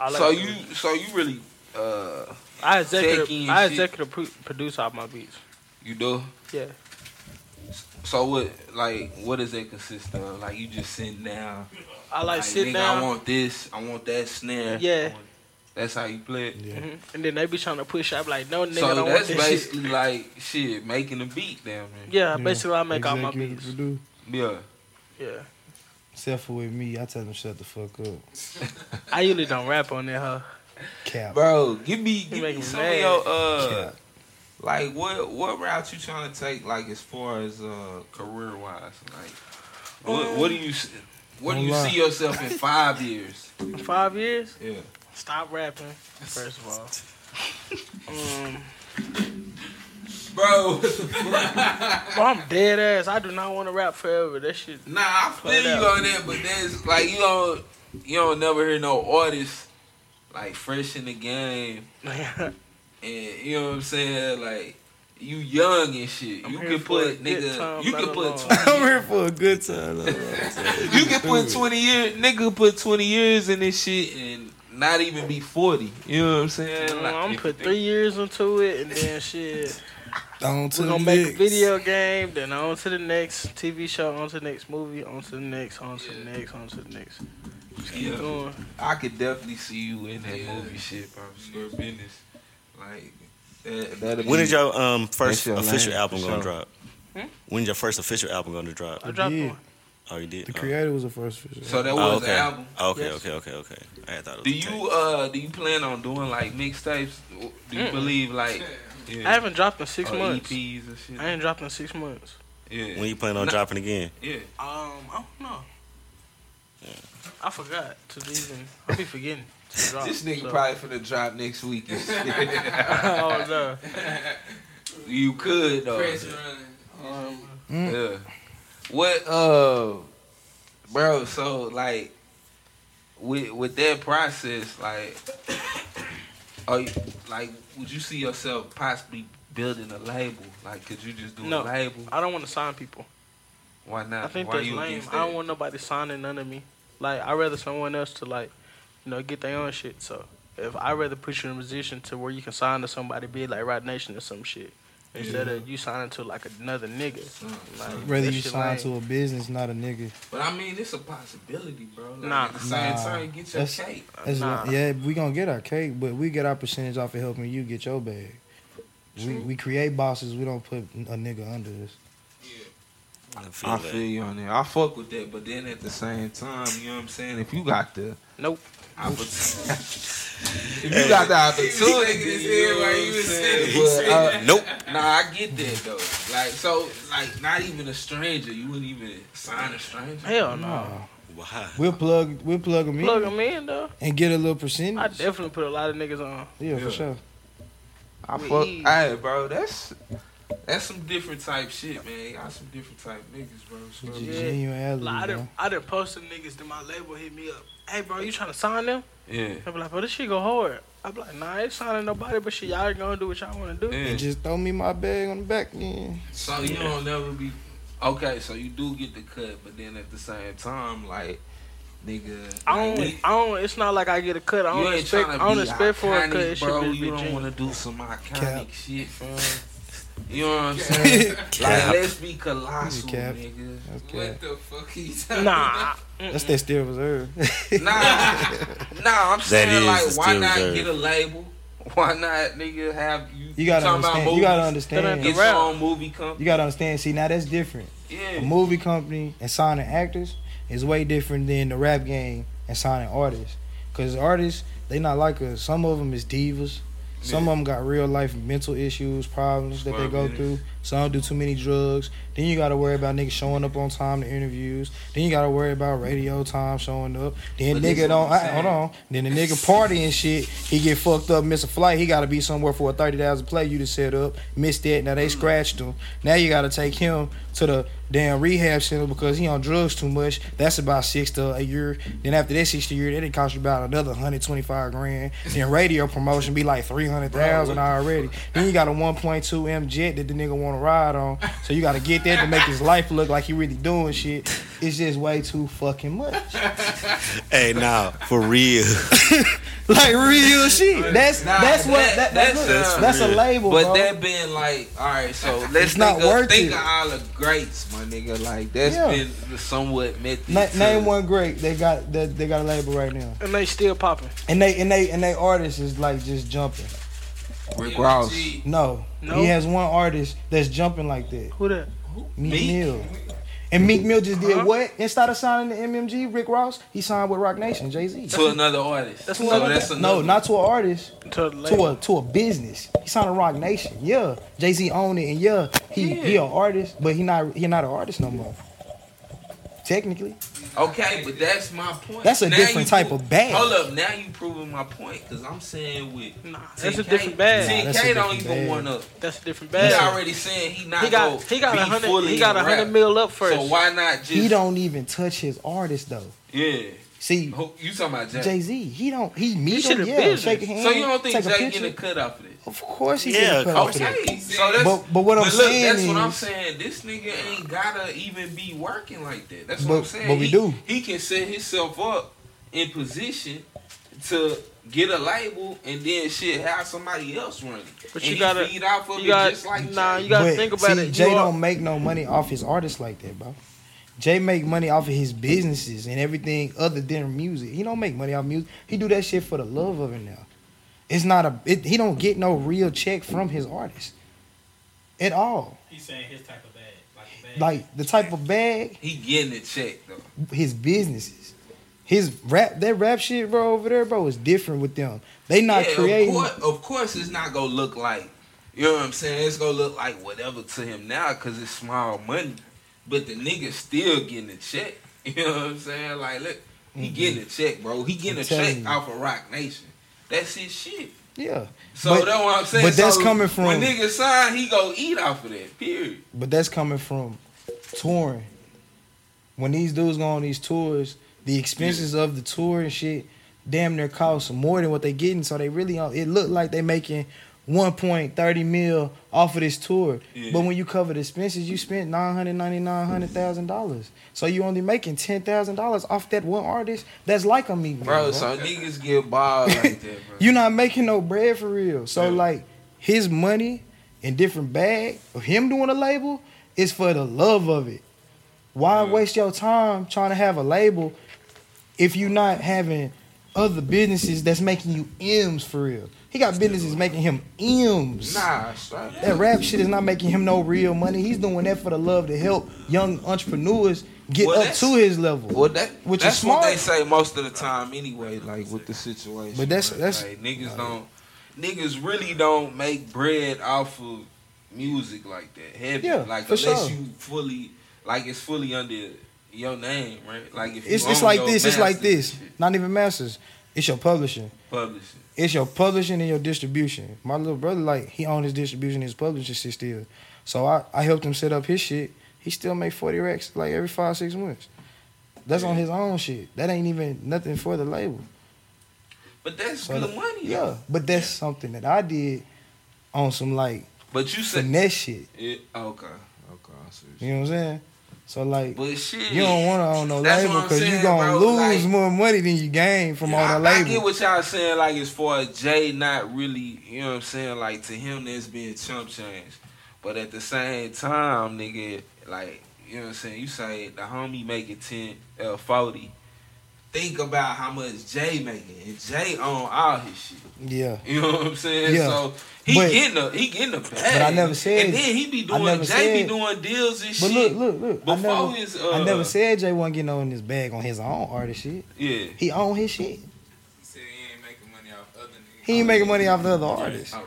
I so you, so you really, uh, I check in executive, I shit. executive pro- produce all my beats. you do. Yeah. So what, like, what does it consist of? Like, you just sitting down. I like, sit nigga, down. I want this. I want that snare. yeah. That's how you play it. Yeah. mhm. And then they be trying to push. I be like, no, nigga, so don't want that's this shit. basically like shit making a beat, damn man. Yeah, basically, I make all my Executive beats. producer. Yeah. Yeah. Except for with me, I tell them shut the fuck up. I usually don't rap on that, huh? Cap. Bro, give me, give make me me some mad. of your uh, Cap. like what what route you trying to take, like as far as uh career wise, like what Um, what do you s- what do don't you lie. see yourself in five years? In five years, Yeah, stop rapping. First of all. Um, bro. bro, I'm dead ass. I do not want to rap forever. That shit. Nah, I feel Play it you out. on that, but that's like you don't you don't never hear no artist like fresh in the game and you know what I'm saying? Like you young and shit. I'm you here can for a put good nigga. time, You let can put. alone- 20, I'm here for a good time. though. you can put twenty years. Nigga put twenty years in this shit and not even be forty. You know what I'm saying? Mm, Like, I'm if put you three years into it, and then shit. On to We're the gonna make a next. video game, then on to the next TV show, on to the next movie, on to the next, on to the Yeah. next, on to the next. Just Yeah. keep going. I could definitely see you in that Yeah. movie shit, bro. Square business, like. That, that'll When be- is your um first That's your official lane, album for gonna sure. drop? Hmm? When's your first official album gonna drop? I dropped Yeah. one. Oh, you did. The Oh. creator was the first. Fish. So that Oh, was okay. the album. Oh, okay, Yes. okay, okay, okay. I had thought. It was Do a tape. you uh do you plan on doing like mixtapes? Do you Mm-mm. believe like I haven't dropped in six or E months. EPs and shit? I ain't dropped in six months. yeah, When you plan on Nah. dropping again? yeah. Um, I don't know. I forgot to even. I be forgetting to drop. This nigga Oh, so- probably finna drop next week. and shit. oh no. you could though. Press run. Um, Yeah. What uh bro, so like with with that process, like are you, like would you see yourself possibly building a label? Like could you just do a No. label? I don't want to sign people. Why not? I think Why that's you lame. against I that? don't want nobody signing none of me. Like I rather someone else to like, you know, get their own shit. So if I rather put you in a position to where you can sign to somebody, be it like Rod Nation or some shit, instead of you signing to like another nigga. Like, Rather that you shit sign lame. to a business, not a nigga. But I mean, it's a possibility, bro. Like, Nah. at the same Nah. time, get your That's- cake. That's Nah. what- yeah, we gonna get our cake, but we get our percentage off of helping you get your bag. We, we create bosses. We don't put a nigga under us. I feel I that. feel you on that. I fuck with that, but then at the same time, you know what I'm saying? If you got the Nope. opportunity, if you got the opportunity, Nigga, this you know here what while I'm you was saying? sitting. But, uh, Nope. Nah, I get that though. Like so, like not even a stranger. You wouldn't even sign a stranger. Hell no. Why? We'll plug we'll plug them Plug in them in though. and get a little I percentage. definitely put a lot of niggas on. yeah, Yeah. for sure. I With fuck. ease. Hey, bro, that's that's some different type shit, man. Y'all some different type niggas, bro. So, Just Yeah. genuine Like I alley, done, bro. I done posted niggas that my label hit me up. Hey bro, you trying to sign them? yeah, I be like, bro, this shit go hard. I be like, nah, I ain't signing nobody, but shit, y'all gonna do what y'all wanna do. yeah. And just throw me my bag on the back end. So you don't never be okay. So you do get the cut, but then at the same time, like nigga, I don't, like, I don't. It's not like I get a cut. I you don't ain't expect. tryna I don't be expect for a iconic, cut. It should bro. really be you don't genuine. want to do some iconic Cap. shit, fam. You know what I'm saying? like, Cap. let's be colossal, Cap. nigga. That's cap. What the fuck he talking Nah, That's that steel reserve. Nah, nah. I'm saying is like, the why steel not reserve. get a label? Why not, nigga? Have you? You gotta talking about understand. You gotta movies? That ain't understand. Get your own movie company. You gotta understand. See, now that's different. A Yeah, movie company and signing actors is way different than the rap game and signing artists. Cause artists, they not like us. Some of them is divas. Some of them got real life mental issues, problems that they Five go minutes. through. Some do too many drugs. Then you got to worry about niggas showing up on time to interviews. Then you got to worry about radio time showing up. Then But this nigga is don't what I'm I, saying. hold on. Then the nigga party and shit. He get fucked up, miss a flight. He got to be somewhere for a thirty thousand play you to set up. Missed that. Now Mm. they scratched him. Now you got to take him to the damn rehab center because he on drugs too much. That's about six to a year. Then after that six to a year, that it cost you about another hundred twenty five grand. Then radio promotion be like three hundred thousand already. Then you got a one point two M jet that the nigga want to ride on. So you got to get that to make his life look like he really doing shit. It's just way too fucking much. Hey, nah, for real. like real shit. That's Nah, that's what that- that, that's, that's, that's, uh, a label, But bro. that being like, all right, so let's It's not think, of, worth think it. of all the greats, my nigga. Like that's Yeah. been the somewhat method. Na- to- name one great. They got that they got a label right now, And they still popping. and they and they and they artist is like just jumping. Rick Ross. MG. No, No. he has one artist that's jumping like that. Who that? Meek, Meek? Mill. And Meek Mill just did Huh? what? Instead of signing to MMG, Rick Ross, he signed with Rock Nation, Jay Z. To another artist. That's so another- that's another No, not to an artist, To the to label. a to a business. He signed to Rock Nation. Yeah, Jay Z owned it, and yeah, he he an artist, but he not he not an artist no more. Technically. Okay, but that's my point. That's a different you type prove- of bag. Hold up, now you proving my point because I'm saying with Nah, that's a 10K, different bag. Nah, that's a 10K don't different even bag. want to. That's a different He bag. already saying he not He gonna got he got be a hundred fully he got a in hundred rap. mil up first. So why not just he don't even touch his artist though. Yeah, See, Who- you talking about Jay? Jay Z, he don't he meet should him, have yeah, business. shake a hand, so you don't think take a Jay picture. getting a cut off of this? Of course he Yeah, yeah, cut Oh, off of that. Okay, so that's But but what I'm but look, saying that's is, what I'm saying. This nigga ain't gotta even be working like that. That's what But- I'm saying. but we he, do. He can set himself up in position to get a label and then shit have somebody else running. But But you you gotta- gotta feed off of you it got- just like nah, Jay. you gotta but think about see, it. You Jay are- don't make no money off his artists like that, bro. Jay make money off of his businesses and everything other than music. He don't make money off music. He do that shit for the love of it now. It's not a it, he don't get no real check from his artist at all. He's saying his type of bag. Like a bag. Like the type of bag he getting it checked though. his businesses. His rap, that rap shit, bro, over there, bro, is different with them. They not yeah, creating. Of course, of course, it's not gonna look like you know what I'm saying. It's gonna look like whatever to him now because it's small money, but the nigga still getting a check. You know what I'm saying? Like, look, he getting a check, bro. He getting Mm-hmm. I'm a telling check you. off of Rock Nation. That's his shit. Yeah, So But- that's what I'm saying. but that's So coming from- when nigga sign, he go eat off of that. Period. but that's coming from touring. When these dudes go on these tours, the expenses of the tour and shit damn near cost more than what they getting. So they really, don't- it looked like they making one point thirty mil off of this tour. Yeah. But when you cover the expenses, you spent nine hundred ninety nine hundred thousand dollars. So you only making ten thousand dollars off that one artist. That's like a meeting, Bro, so niggas get bald like that, bro. You're not making no bread for real. So Yeah. like his money in different bag of him doing a label is for the love of it. Why Yeah. waste your time trying to have a label if you're not having other businesses that's making you M's for real? He got businesses making him M's. Nah, straight. That rap shit is not making him no real money. He's doing that for the love to help young entrepreneurs get Well, up to his level. Well, that Which that's is what smart. they say most of the time anyway. Like with the situation, But that's- bro. that's- like, niggas don't niggas really don't make bread off of music like that. Heavy, Yeah, like for unless sure. you fully like it's fully under your name, right? Like if you It's it's own like your this. It's like masters and this. shit, Not even masters. It's your publishing. Publishing. it's your publishing and your distribution. My little brother, like, he owned his distribution and his publishing shit still. So I, I helped him set up his shit. He still make 40 racks like every five, six months. That's on his own shit. That ain't even nothing for the label. But that's So good money. Yeah. though. But that's something that I did on some like But you said finesse shit. it, okay, okay. I see what you- You know what I'm saying? So like But shit, you don't wanna own no That's label what I'm because you saying, bro, gonna lose like- more money than you gain from all I, the I label. get what y'all saying, like as far as Jay not really, you know what I'm saying, like to him that's being chump change. But at the same time, nigga, like, you know what I'm saying, you say the homie making 10, uh, 40. Think about how much Jay making. And Jay own all his shit. yeah. You know what I'm saying? Yeah. So he But- getting a he getting a bag. But I never said- And then he be I doing Jay never said- be doing deals and But shit. look, look, look. I Before never, his, uh, I never said Jay wasn't getting on his bag on his own artist shit. Yeah. He own his shit. He said he ain't making money off other niggas. He ain't making money off the other artists. Okay.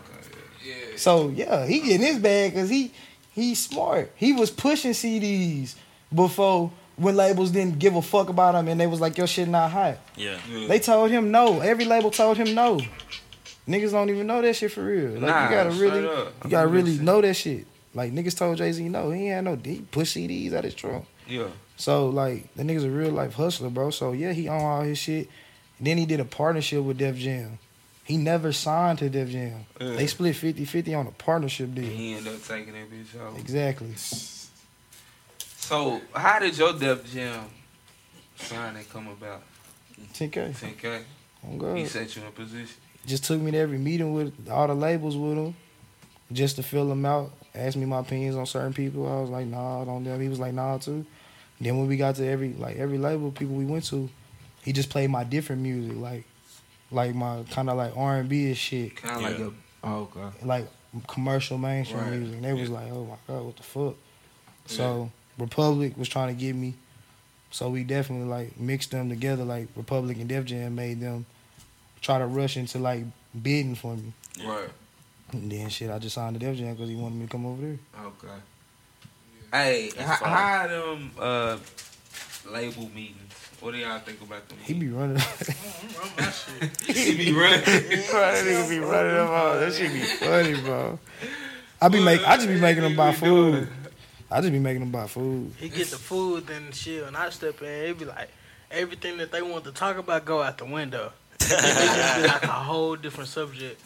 Yeah. So yeah, he getting his bag because he he's smart. He was pushing CDs before when labels didn't give a fuck about him and they was like, your shit not hot. Yeah. yeah. They told him no. Every label told him no. Niggas don't even know that shit for real. Like Nah, you gotta straight really up. you gotta I mean, really listen. know that shit. Like niggas told Jay Z no, he ain't had no D he push CDs out his trunk. Yeah. So like the nigga's a real life hustler, bro. So yeah, he own all his shit. And then he did a partnership with Def Jam. He never signed to Def Jam. Yeah. They split 50-50 on a partnership And deal. He ended up taking that bitch out. Exactly. So, how did your Def Jam signing come about? 10K. 10K? I'm good. He set you in position. just took me to every meeting with all the labels with him, just to fill them out. Asked me my opinions on certain people. I was like, nah, don't them. He was like, nah, too. Then when we got to every like every label people we went to, he just played my different music, like like my kind of like R and B and shit, Kind of Yeah. like a. Oh, okay. like commercial mainstream Right. music. And they was Yeah. like, oh my god, what the fuck? So Republic was trying to get me. So we definitely like mixed them together, like Republic and Def Jam made them try to rush into like bidding for me. Right. And then shit, I just signed to Def Jam because he wanted me to come over there. Okay. Hey, how, fine. how them uh, label meetings? What do y'all think about them? He be running. he be running. that nigga be running them all. That shit be funny, bro. I be make. I just be making them buy He be doing food. I just be making them buy food. He get the food, then shit, and I step in. It be like everything that they want to talk about go out the window. it just be like a whole different subject.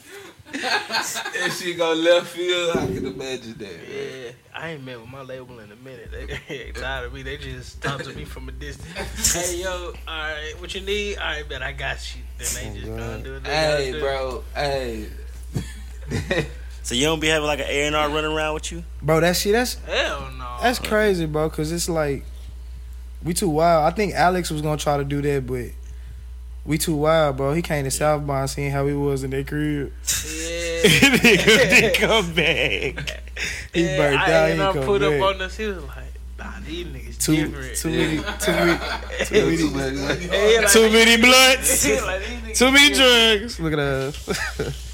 If she go left field, I can imagine that. man. Yeah, I ain't met with my label in a minute. They tired of me. They just talk to me from a distance. hey yo, all right, what you need? All right, bet I got you. Then they just gonna do it. Hey, bro. Hey. So you don't be having like an A and R running around with you? Bro, that shit. That's Hell no. that's crazy, bro. Cause it's like we too wild. I think Alex was gonna try to do that, but we too wild, bro. He came to South by seeing how he was in that crib. yeah. Nigga did come back. He yeah, burnt I out. He ended up come put back. up on us. He was like, Nah, these niggas Too, different. too many, too many, too many, Yeah, like, too many blunts. yeah, like, these niggas Too many different. drugs. Look at us.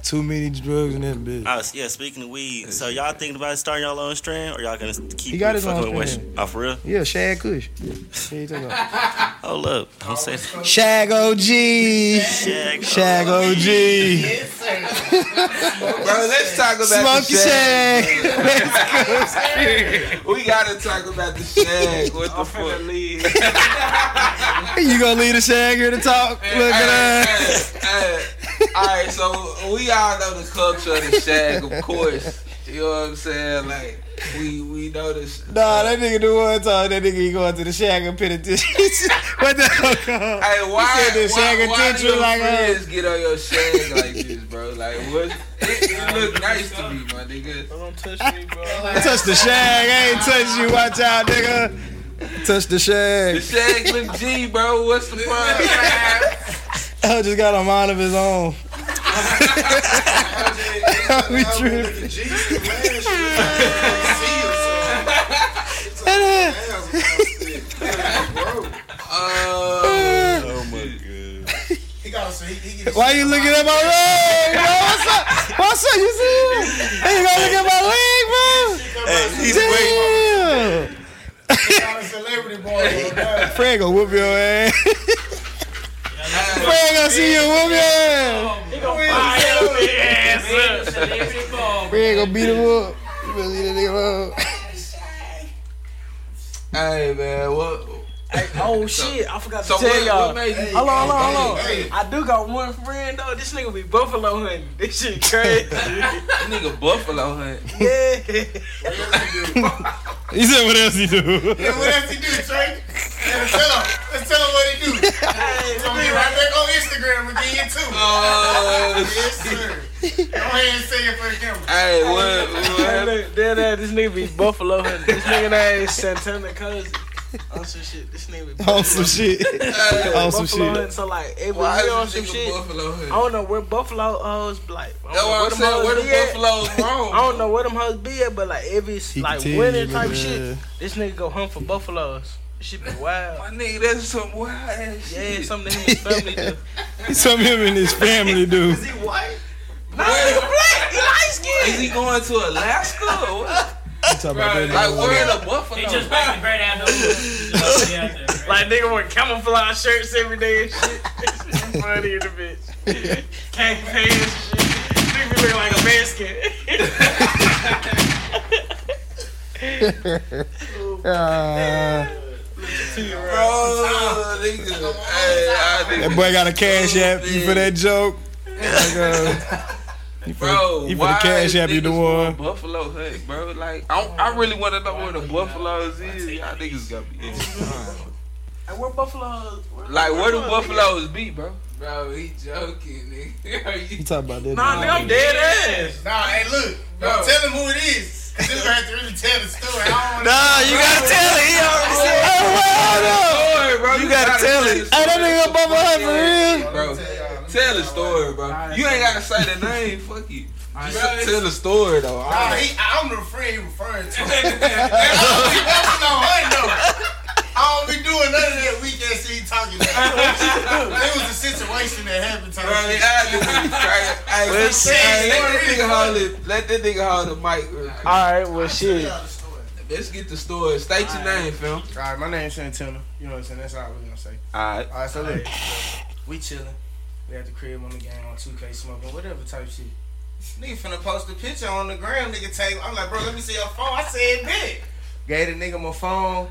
Too many drugs in that bitch. Uh, Oh, yeah, speaking of weed, so y'all thinking about starting y'all own strand or y'all gonna keep He got his fucking own with strand. West? Oh, for real? Yeah, Shag Kush. What you talking about? Hold up. Don't say that. Shag OG. Shag. Shag oh. OG. Yes, sir. Bro, let's talk about Smoky the shag. Shag. We gotta talk about the shag. What the fuck? You gonna leave the Shag here to talk? Look Hey, at us. hey, hey. All right, so we all know the culture of the shag, of course. You know what I'm saying? Like we we know this. Nah, that nigga do one time. That nigga he going to the Shag and penitentiary. what the fuck? Hey, why, said the why, shag why do attention your like us. friends get on your shag like this, bro? Like, what? It, it look nice to me, my nigga. Don't touch me, bro. Touch the Shag. I ain't touch you. Watch out, nigga. Touch the The Shag. shag look G, bro. What's the problem? I just got a mind of his own. we tripping. The G's the man. shit. I And, uh, see it, so. Damn, bro. Uh, Oh my god. He got so he, he gets Why you looking at my leg, bro? What's up? What's up? You see him? Hey, you gotta look at my leg, bro. Hey, he's waiting. Damn. a celebrity boy. bro. Damn. Fred gonna whoop your ass. Fred gonna see you whoop your ass. Being a celebrity ball. Fred gonna beat him up. You better leave that nigga alone. hey, man. What? Hey, oh shit, I forgot to So tell what, y'all. what made you? Hold on, hold on, hold on. Hey, I do got one friend though. This nigga be buffalo hunting. This shit crazy. Nigga, Buffalo hunt. yeah. He said, what else he do? what else he do, Trey? Let's tell him. Let's tell him what he oh, do. He's gonna be right back on Instagram again too. Oh, yes, sir. Go ahead and say it for the camera. Hey, what? Hey, what? look, Dead ass, this nigga be buffalo hunting. This nigga name is Santana Cousy. On some shit, this nigga be On some shit. On some buffalo hunting. shit. So like, every Why year on is some this shit, nigga Buffalo I hunt? don't know where buffalo hoes be like. I don't That's know what I'm saying. Where hoes the be at. Buffalo's wrong? I don't know where them hoes be at, but like every He like continue, winter type man. shit, this nigga go hunt for buffaloes. Shit be wild. My nigga, that's some wild ass shit. Yeah, something that him and his family do. Some him and his family do. Is he white? Nah, nigga black. He light skinned. Is he going to Alaska or what? I'm talking about that. Like, where the He Buffalo? just made me right out there. Like nigga wearing camouflage shirts every day and shit. It's funny in the bitch. Khaki pants and shit. Nigga be looking like a Mexican. Uh, Bro, nigga. Hey, I that think- boy got a cash app. You for that joke? Like, uh, you for, Bro, you for why the cash is app you niggas the going one? Buffalo Hut, bro. Like, I, I really want to know where the Buffaloes is. Y'all niggas got me. And where Buffalo? Like, where do Buffaloes be, bro? Bro, he joking, nigga. Are you You talking about that? nah, nigga, I'm dead ass. Nah, hey, look. Bro. Don't tell him who it is. 'Cause This gonna have to really tell the story. I don't wanna- Nah, you gotta tell it. He already said. Oh, Story, bro. You gotta tell it. Hey, that nigga Bubba Hutt for real. Bro, tell the story, bro. You ain't gotta say the name. Fuck you. Bro, Just tell the story though. Nah, I he, I'm the friend he referring to. That's all he working on her, though. I don't be doing none of that weak ass shit he talking about. it was a situation that happened to Bro, I her. just be crazy. Hey, let Listen. hey, let that nigga hold it. Let that nigga hold the mic. real quick. right, well shit. Tell the story. Let's get the story. State your name, fam. All right, my name's Santana. You know what I'm saying? That's all we're gonna say. All right. All right, so look, we chilling. We at the crib on the game on 2K smoking, whatever type shit. Nigga finna post a picture on the gram, nigga tag. I'm like, bro, let me see your phone. I said, bet. Gave the nigga my phone.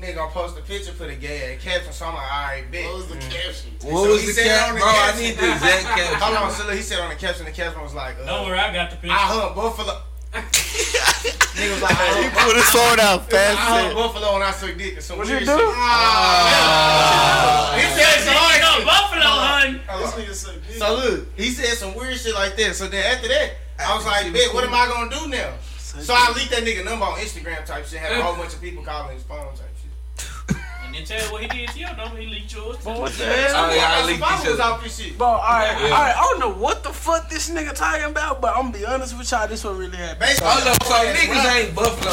Nigga, I post a picture, put a gay ass caption. So I'm like, all right, bet. What was the caption? What So was he the said cap? on the Bro, I caption- need the exact Hold caption. on, so look, he said on the caption, the caption was like, Don't uh, worry, I got the I picture. hunt Buffalo. nigga was like, I He hunt Buffalo. pulled his phone out I fast. as hunt hell. Buffalo and I suck dick or some What weird you do? shit. Ah. He said some hard No, shit. Buffalo, hun. This nigga So look, he said some weird shit like that. So then after that, I was like, "Bet, what am I gonna do now?" So I leaked that nigga number on Instagram type shit. Had a whole bunch of people calling his phone type shit. And then tell you what he did to your number. He leaked yours. to But what the the- hell? Oh, yeah, I leaked Some each followers other. off his shit. Bro, alright, Yeah. alright, I don't know what the fuck this nigga talking about, but I'm gonna be honest with y'all, this what really happened. Basically, Hold up, so niggas ain't Buffalo.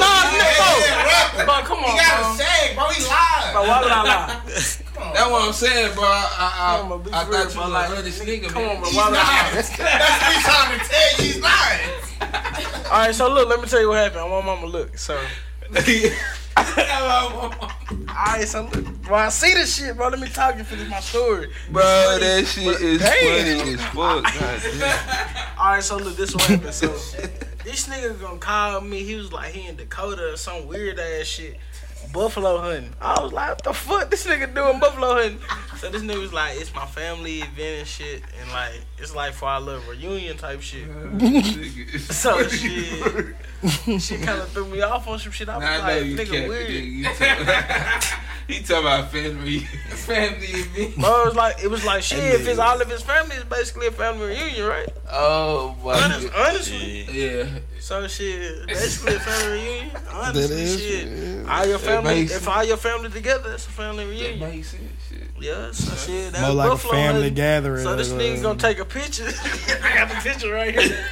Nah, he nigga, ain't bro. that rapper. Bro, come He on, got a bro. shag, bro. He lied. Bro, why would I lie? That's what I'm saying, bro. I, Come on, I, be I, I real, thought you bro. was Like, like honest nigga, Come on, man. bro, He's why would I lying. That's what he's trying to tell you. He's lying. Alright, so look, let me tell you what happened. I want mama look, so. Alright, so look, bro, I see this shit, bro. Let me talk and finish my story. Bro, that shit is Damn. funny as fuck. goddamn. All right, so look, this what happened. So this nigga gonna call me. He was like he in Dakota or some weird ass shit, buffalo hunting. I was like, what the fuck this nigga doing buffalo hunting? So this nigga was like, it's my family event and shit, and like it's like for our little reunion type shit. So shit, she kind of threw me off on some shit. I was Nah, I know like, you nigga, can't. weird. Nigga. You talk- He talking about family, family event. Bro, it was like it was like shit. If it's all of his family, it's basically a family reunion, right? Oh my Honest, god. honestly. Yeah. So shit, basically a family reunion. Honestly, That is, shit. yeah. All your family, makes if all your family together, it's a family That reunion. makes sense. Shit. Yeah, so shit, that's More like a Buffalo family hunting. gathering. uh, So this or nigga's gonna take a picture. I got the picture right here.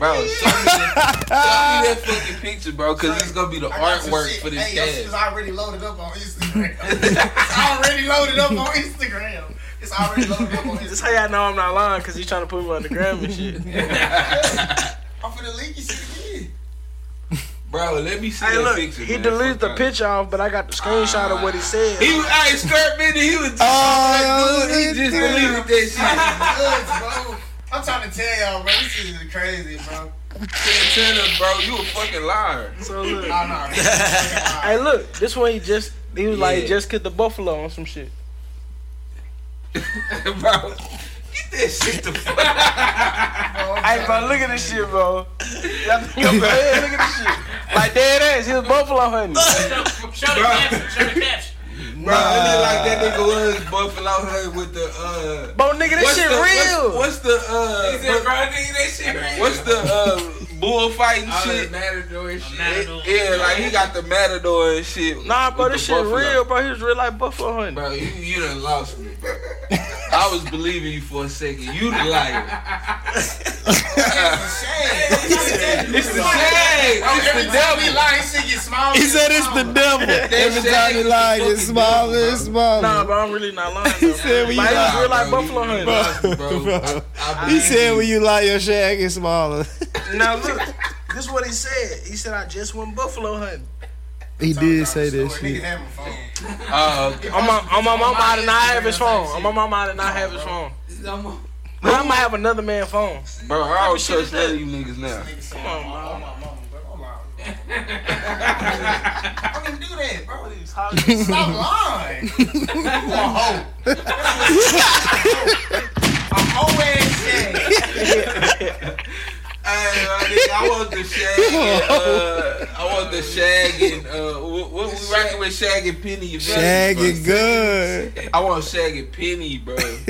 Bro, show me, that, Ah! show me that fucking picture, bro, because it's going to be the I got some artwork shit. for this Hey, your shit's cast. already loaded up on Instagram. it's already loaded up on Instagram. It's already loaded up on This Instagram. how y'all know I'm not lying, cause he's trying to put me on the gram and shit. I'm finna leak your shit again. Bro, let me see hey, that look, picture. he man. deleted the Fuck picture off, but I got the screenshot of what he said. out. He was, hey, Skirt Benny, he was just, Oh, he just deleted that Nuts, bro. I'm trying to tell y'all, bro. This shit is crazy, bro. shit. Santana, bro, you a fucking liar. so look, Oh, no. hey, look, this one he just he was like Yeah. just killed the buffalo on some shit. bro, get that shit the fuck out. Hey, bro, look at this shit, bro. Y'all think I'm bad? Look at this shit. Like dead ass, he was buffalo hunting. Show show the caption. Show the caption. Bro, I mean, like that nigga was Buffalo Hood with the, uh... Bro, nigga, this what's shit the, What's, real. what's the, He said, uh... bro, nigga, that shit right. What's the, uh, bullfighting all shit? that matador shit? Matador. Yeah, like he got the matador and shit. Nah, bro, with this the shit buffalo. real, bro. He was real like buffalo hunting. Bro, you, you done lost me. I was believing you for a second. You the liar. It's a shame. It's the shade. Bro, every time he lying, shit get smaller. He and said it's the smaller. devil. Every time he lied, it's smaller and smaller. Nah, bro, I'm really not lying. He Though, said bro. when you Like, lie- it's real like Bro, Buffalo you- Hunts. bro. I- I He been- said when you lie, your shag gets smaller. Now look, this is what he said. He said I just went buffalo hunting. he did say that Nigga shit. have my phone. Oh, okay. On my on my mama, I did not have his phone. On my mama, I did not have his phone. But I might have another man's phone. bro, I don't trust none of you niggas now. Come on, bro. Oh, my mama, bro. I'm lying. I don't even do that, bro. Stop lying. You a hoe. A hoe ass shit. Hey, my nigga, I want the shag. And, uh, I want the shag and uh, what, what we rocking with shag and penny. you feel me? Shag it good. I want shag and penny, bro. Shag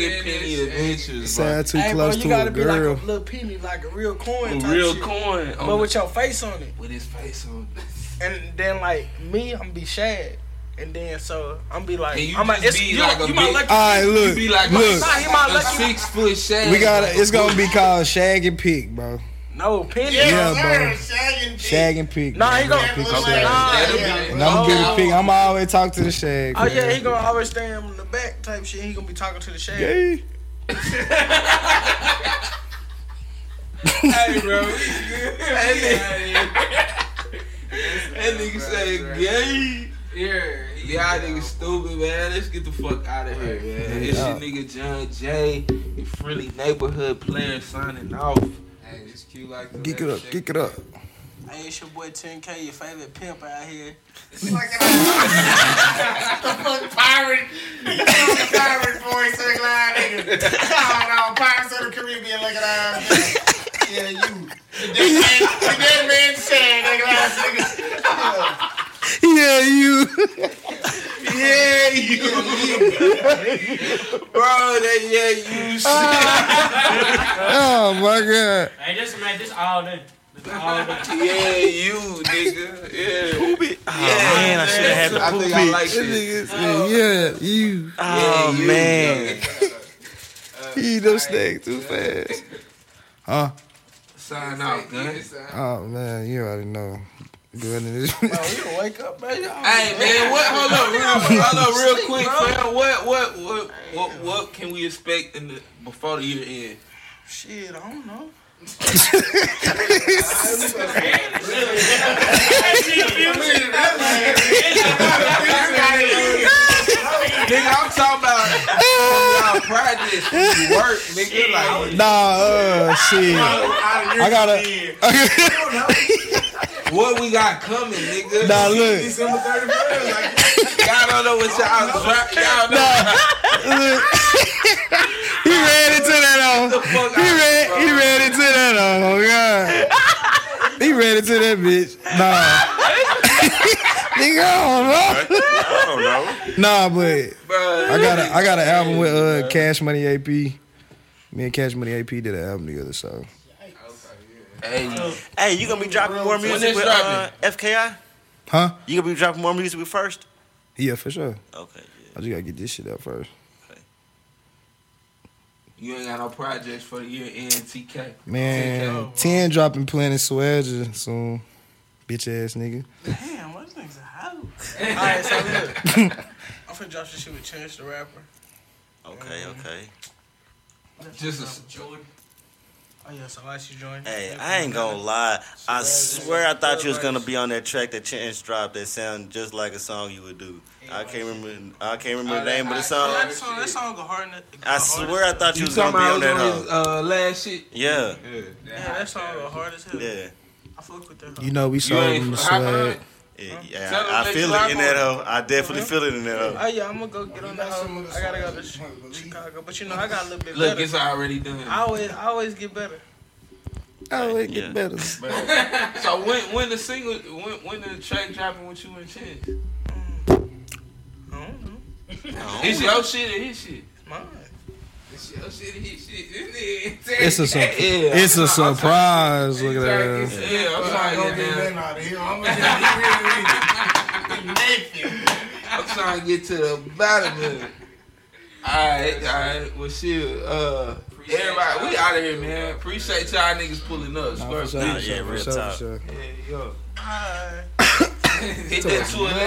and penny adventures, bro. Sound too close you to gotta a be like girl. a little penny, like a real coin, With type real shit. coin, on but the- with your face on it. with his face on. And then like me, I'm gonna be shad. And then so I'm be like, And you I'm just it's- be you, like a you my big- lucky. All right, You look, be like look. a, Nah, he my a lucky- six foot shag. We got to It's gonna be called shag and pig, bro. no penny. Yeah, bro. Shagging Shag and pig. Nah, he gonna. Look Nah, like- That'll be- yeah. And I'm gonna pig. I'm always talk to the shag. Oh yeah, he gonna always stand in the back type shit. He gonna be talking to the shade. Gay. Hey, bro. That nigga say gay. Yeah. Y'all niggas stupid, man. Let's get the fuck out of here, man. It's your nigga John Jay, your friendly neighborhood player signing off. Hey, it's cute like the Geek it left up. shake. Geek it up. Hey, it's your boy 10K, your favorite pimp out here. pirate. pirate voice, like lying nigga. Oh no, pirates of the Caribbean, like that. Yeah, you. The dead man, the dead man shag, like that, nigga. Yeah, you. Yeah, you. Bro, that yeah, you shit. Oh my god. Hey, this man, this all done. This all done. Yeah, you, nigga. Yeah. Oh, man, I should have had the I poop think I beat. like this. This nigga, yeah, you. Yeah, Oh, you, man. nigga. He eat them snacks too fast. Huh? Sign out, man. Oh man, you already know. Good in this. Oh, Hey man, what? Hold up, real, hold up, real quick, fam. What, what, what, what, what can we expect in the before the year end? Shit, I don't know. Nigga, I'm talking about from y'all projects, from your work, nigga. Like, nah, uh, shit. I gotta. what we got coming, nigga? Nah, look. December 31st, like, Y'all don't know what y'all drop. Y'all know what He ran into that the on. fuck. He I- ran. He ran into that on. Oh god. He ran into that bitch. Nah. Nigga, I don't I don't know. know. Nah, but Bro, I got a, I got an album with uh Cash Money AP. Me and Cash Money AP did an album together, so hey, Hey, you gonna be dropping more music it's with uh, FKI? huh? You gonna be dropping more music with first? Yeah, for sure. Okay. I just gotta get this shit out first. you ain't got no projects for the year end, TK. Man, ten dropping Planet Swagger soon. Bitch ass nigga. Damn, what thing's a house? Alright, so look. I'm finna drop this shit with Chance the Rapper. Okay. Okay. Just a, Oh, yeah, so I should join. Hey, I ain't gonna lie. I swear I thought you was gonna be on that track that Chance dropped that sound just like a song you would do. I can't remember. I can't remember the name of the That song. song, that song go hard. in the- go I hard. swear I thought you you was talking gonna be about on on that his hoe. uh, last shit? Yeah. Yeah, that song go hard as hell. Yeah. I fuck with that. You know we You sold him ain't the hop on swag. it? Yeah, Tell them I, I they feel drop it in on that it. hoe. I definitely feel it in that Oh hoe. yeah, I'm gonna go get on the hoe. I gotta go to Ch- Chicago, but you know I got a little bit Look, better. it's already done. I always, I always get better. Oh, it Yeah. get better. So when when the single when when the track dropping with you and Chance? I don't know. It's your shit or his shit? It's mine. Oh. It's your shit or his shit. It's a sur- Yeah. it's a surprise. Look at Yeah, I'm that. I'm trying gonna to get get that down. out of here. I'm gonna get Nathan. I'm trying to get to the bottom of it. Alright, alright. Well shit, uh everybody we out out of here, man. Appreciate y'all niggas pulling up. Nah, for Swerve. sure, Nah, for yeah, sure, for real sure, for talk. sure. Yeah, yo. Hit that two and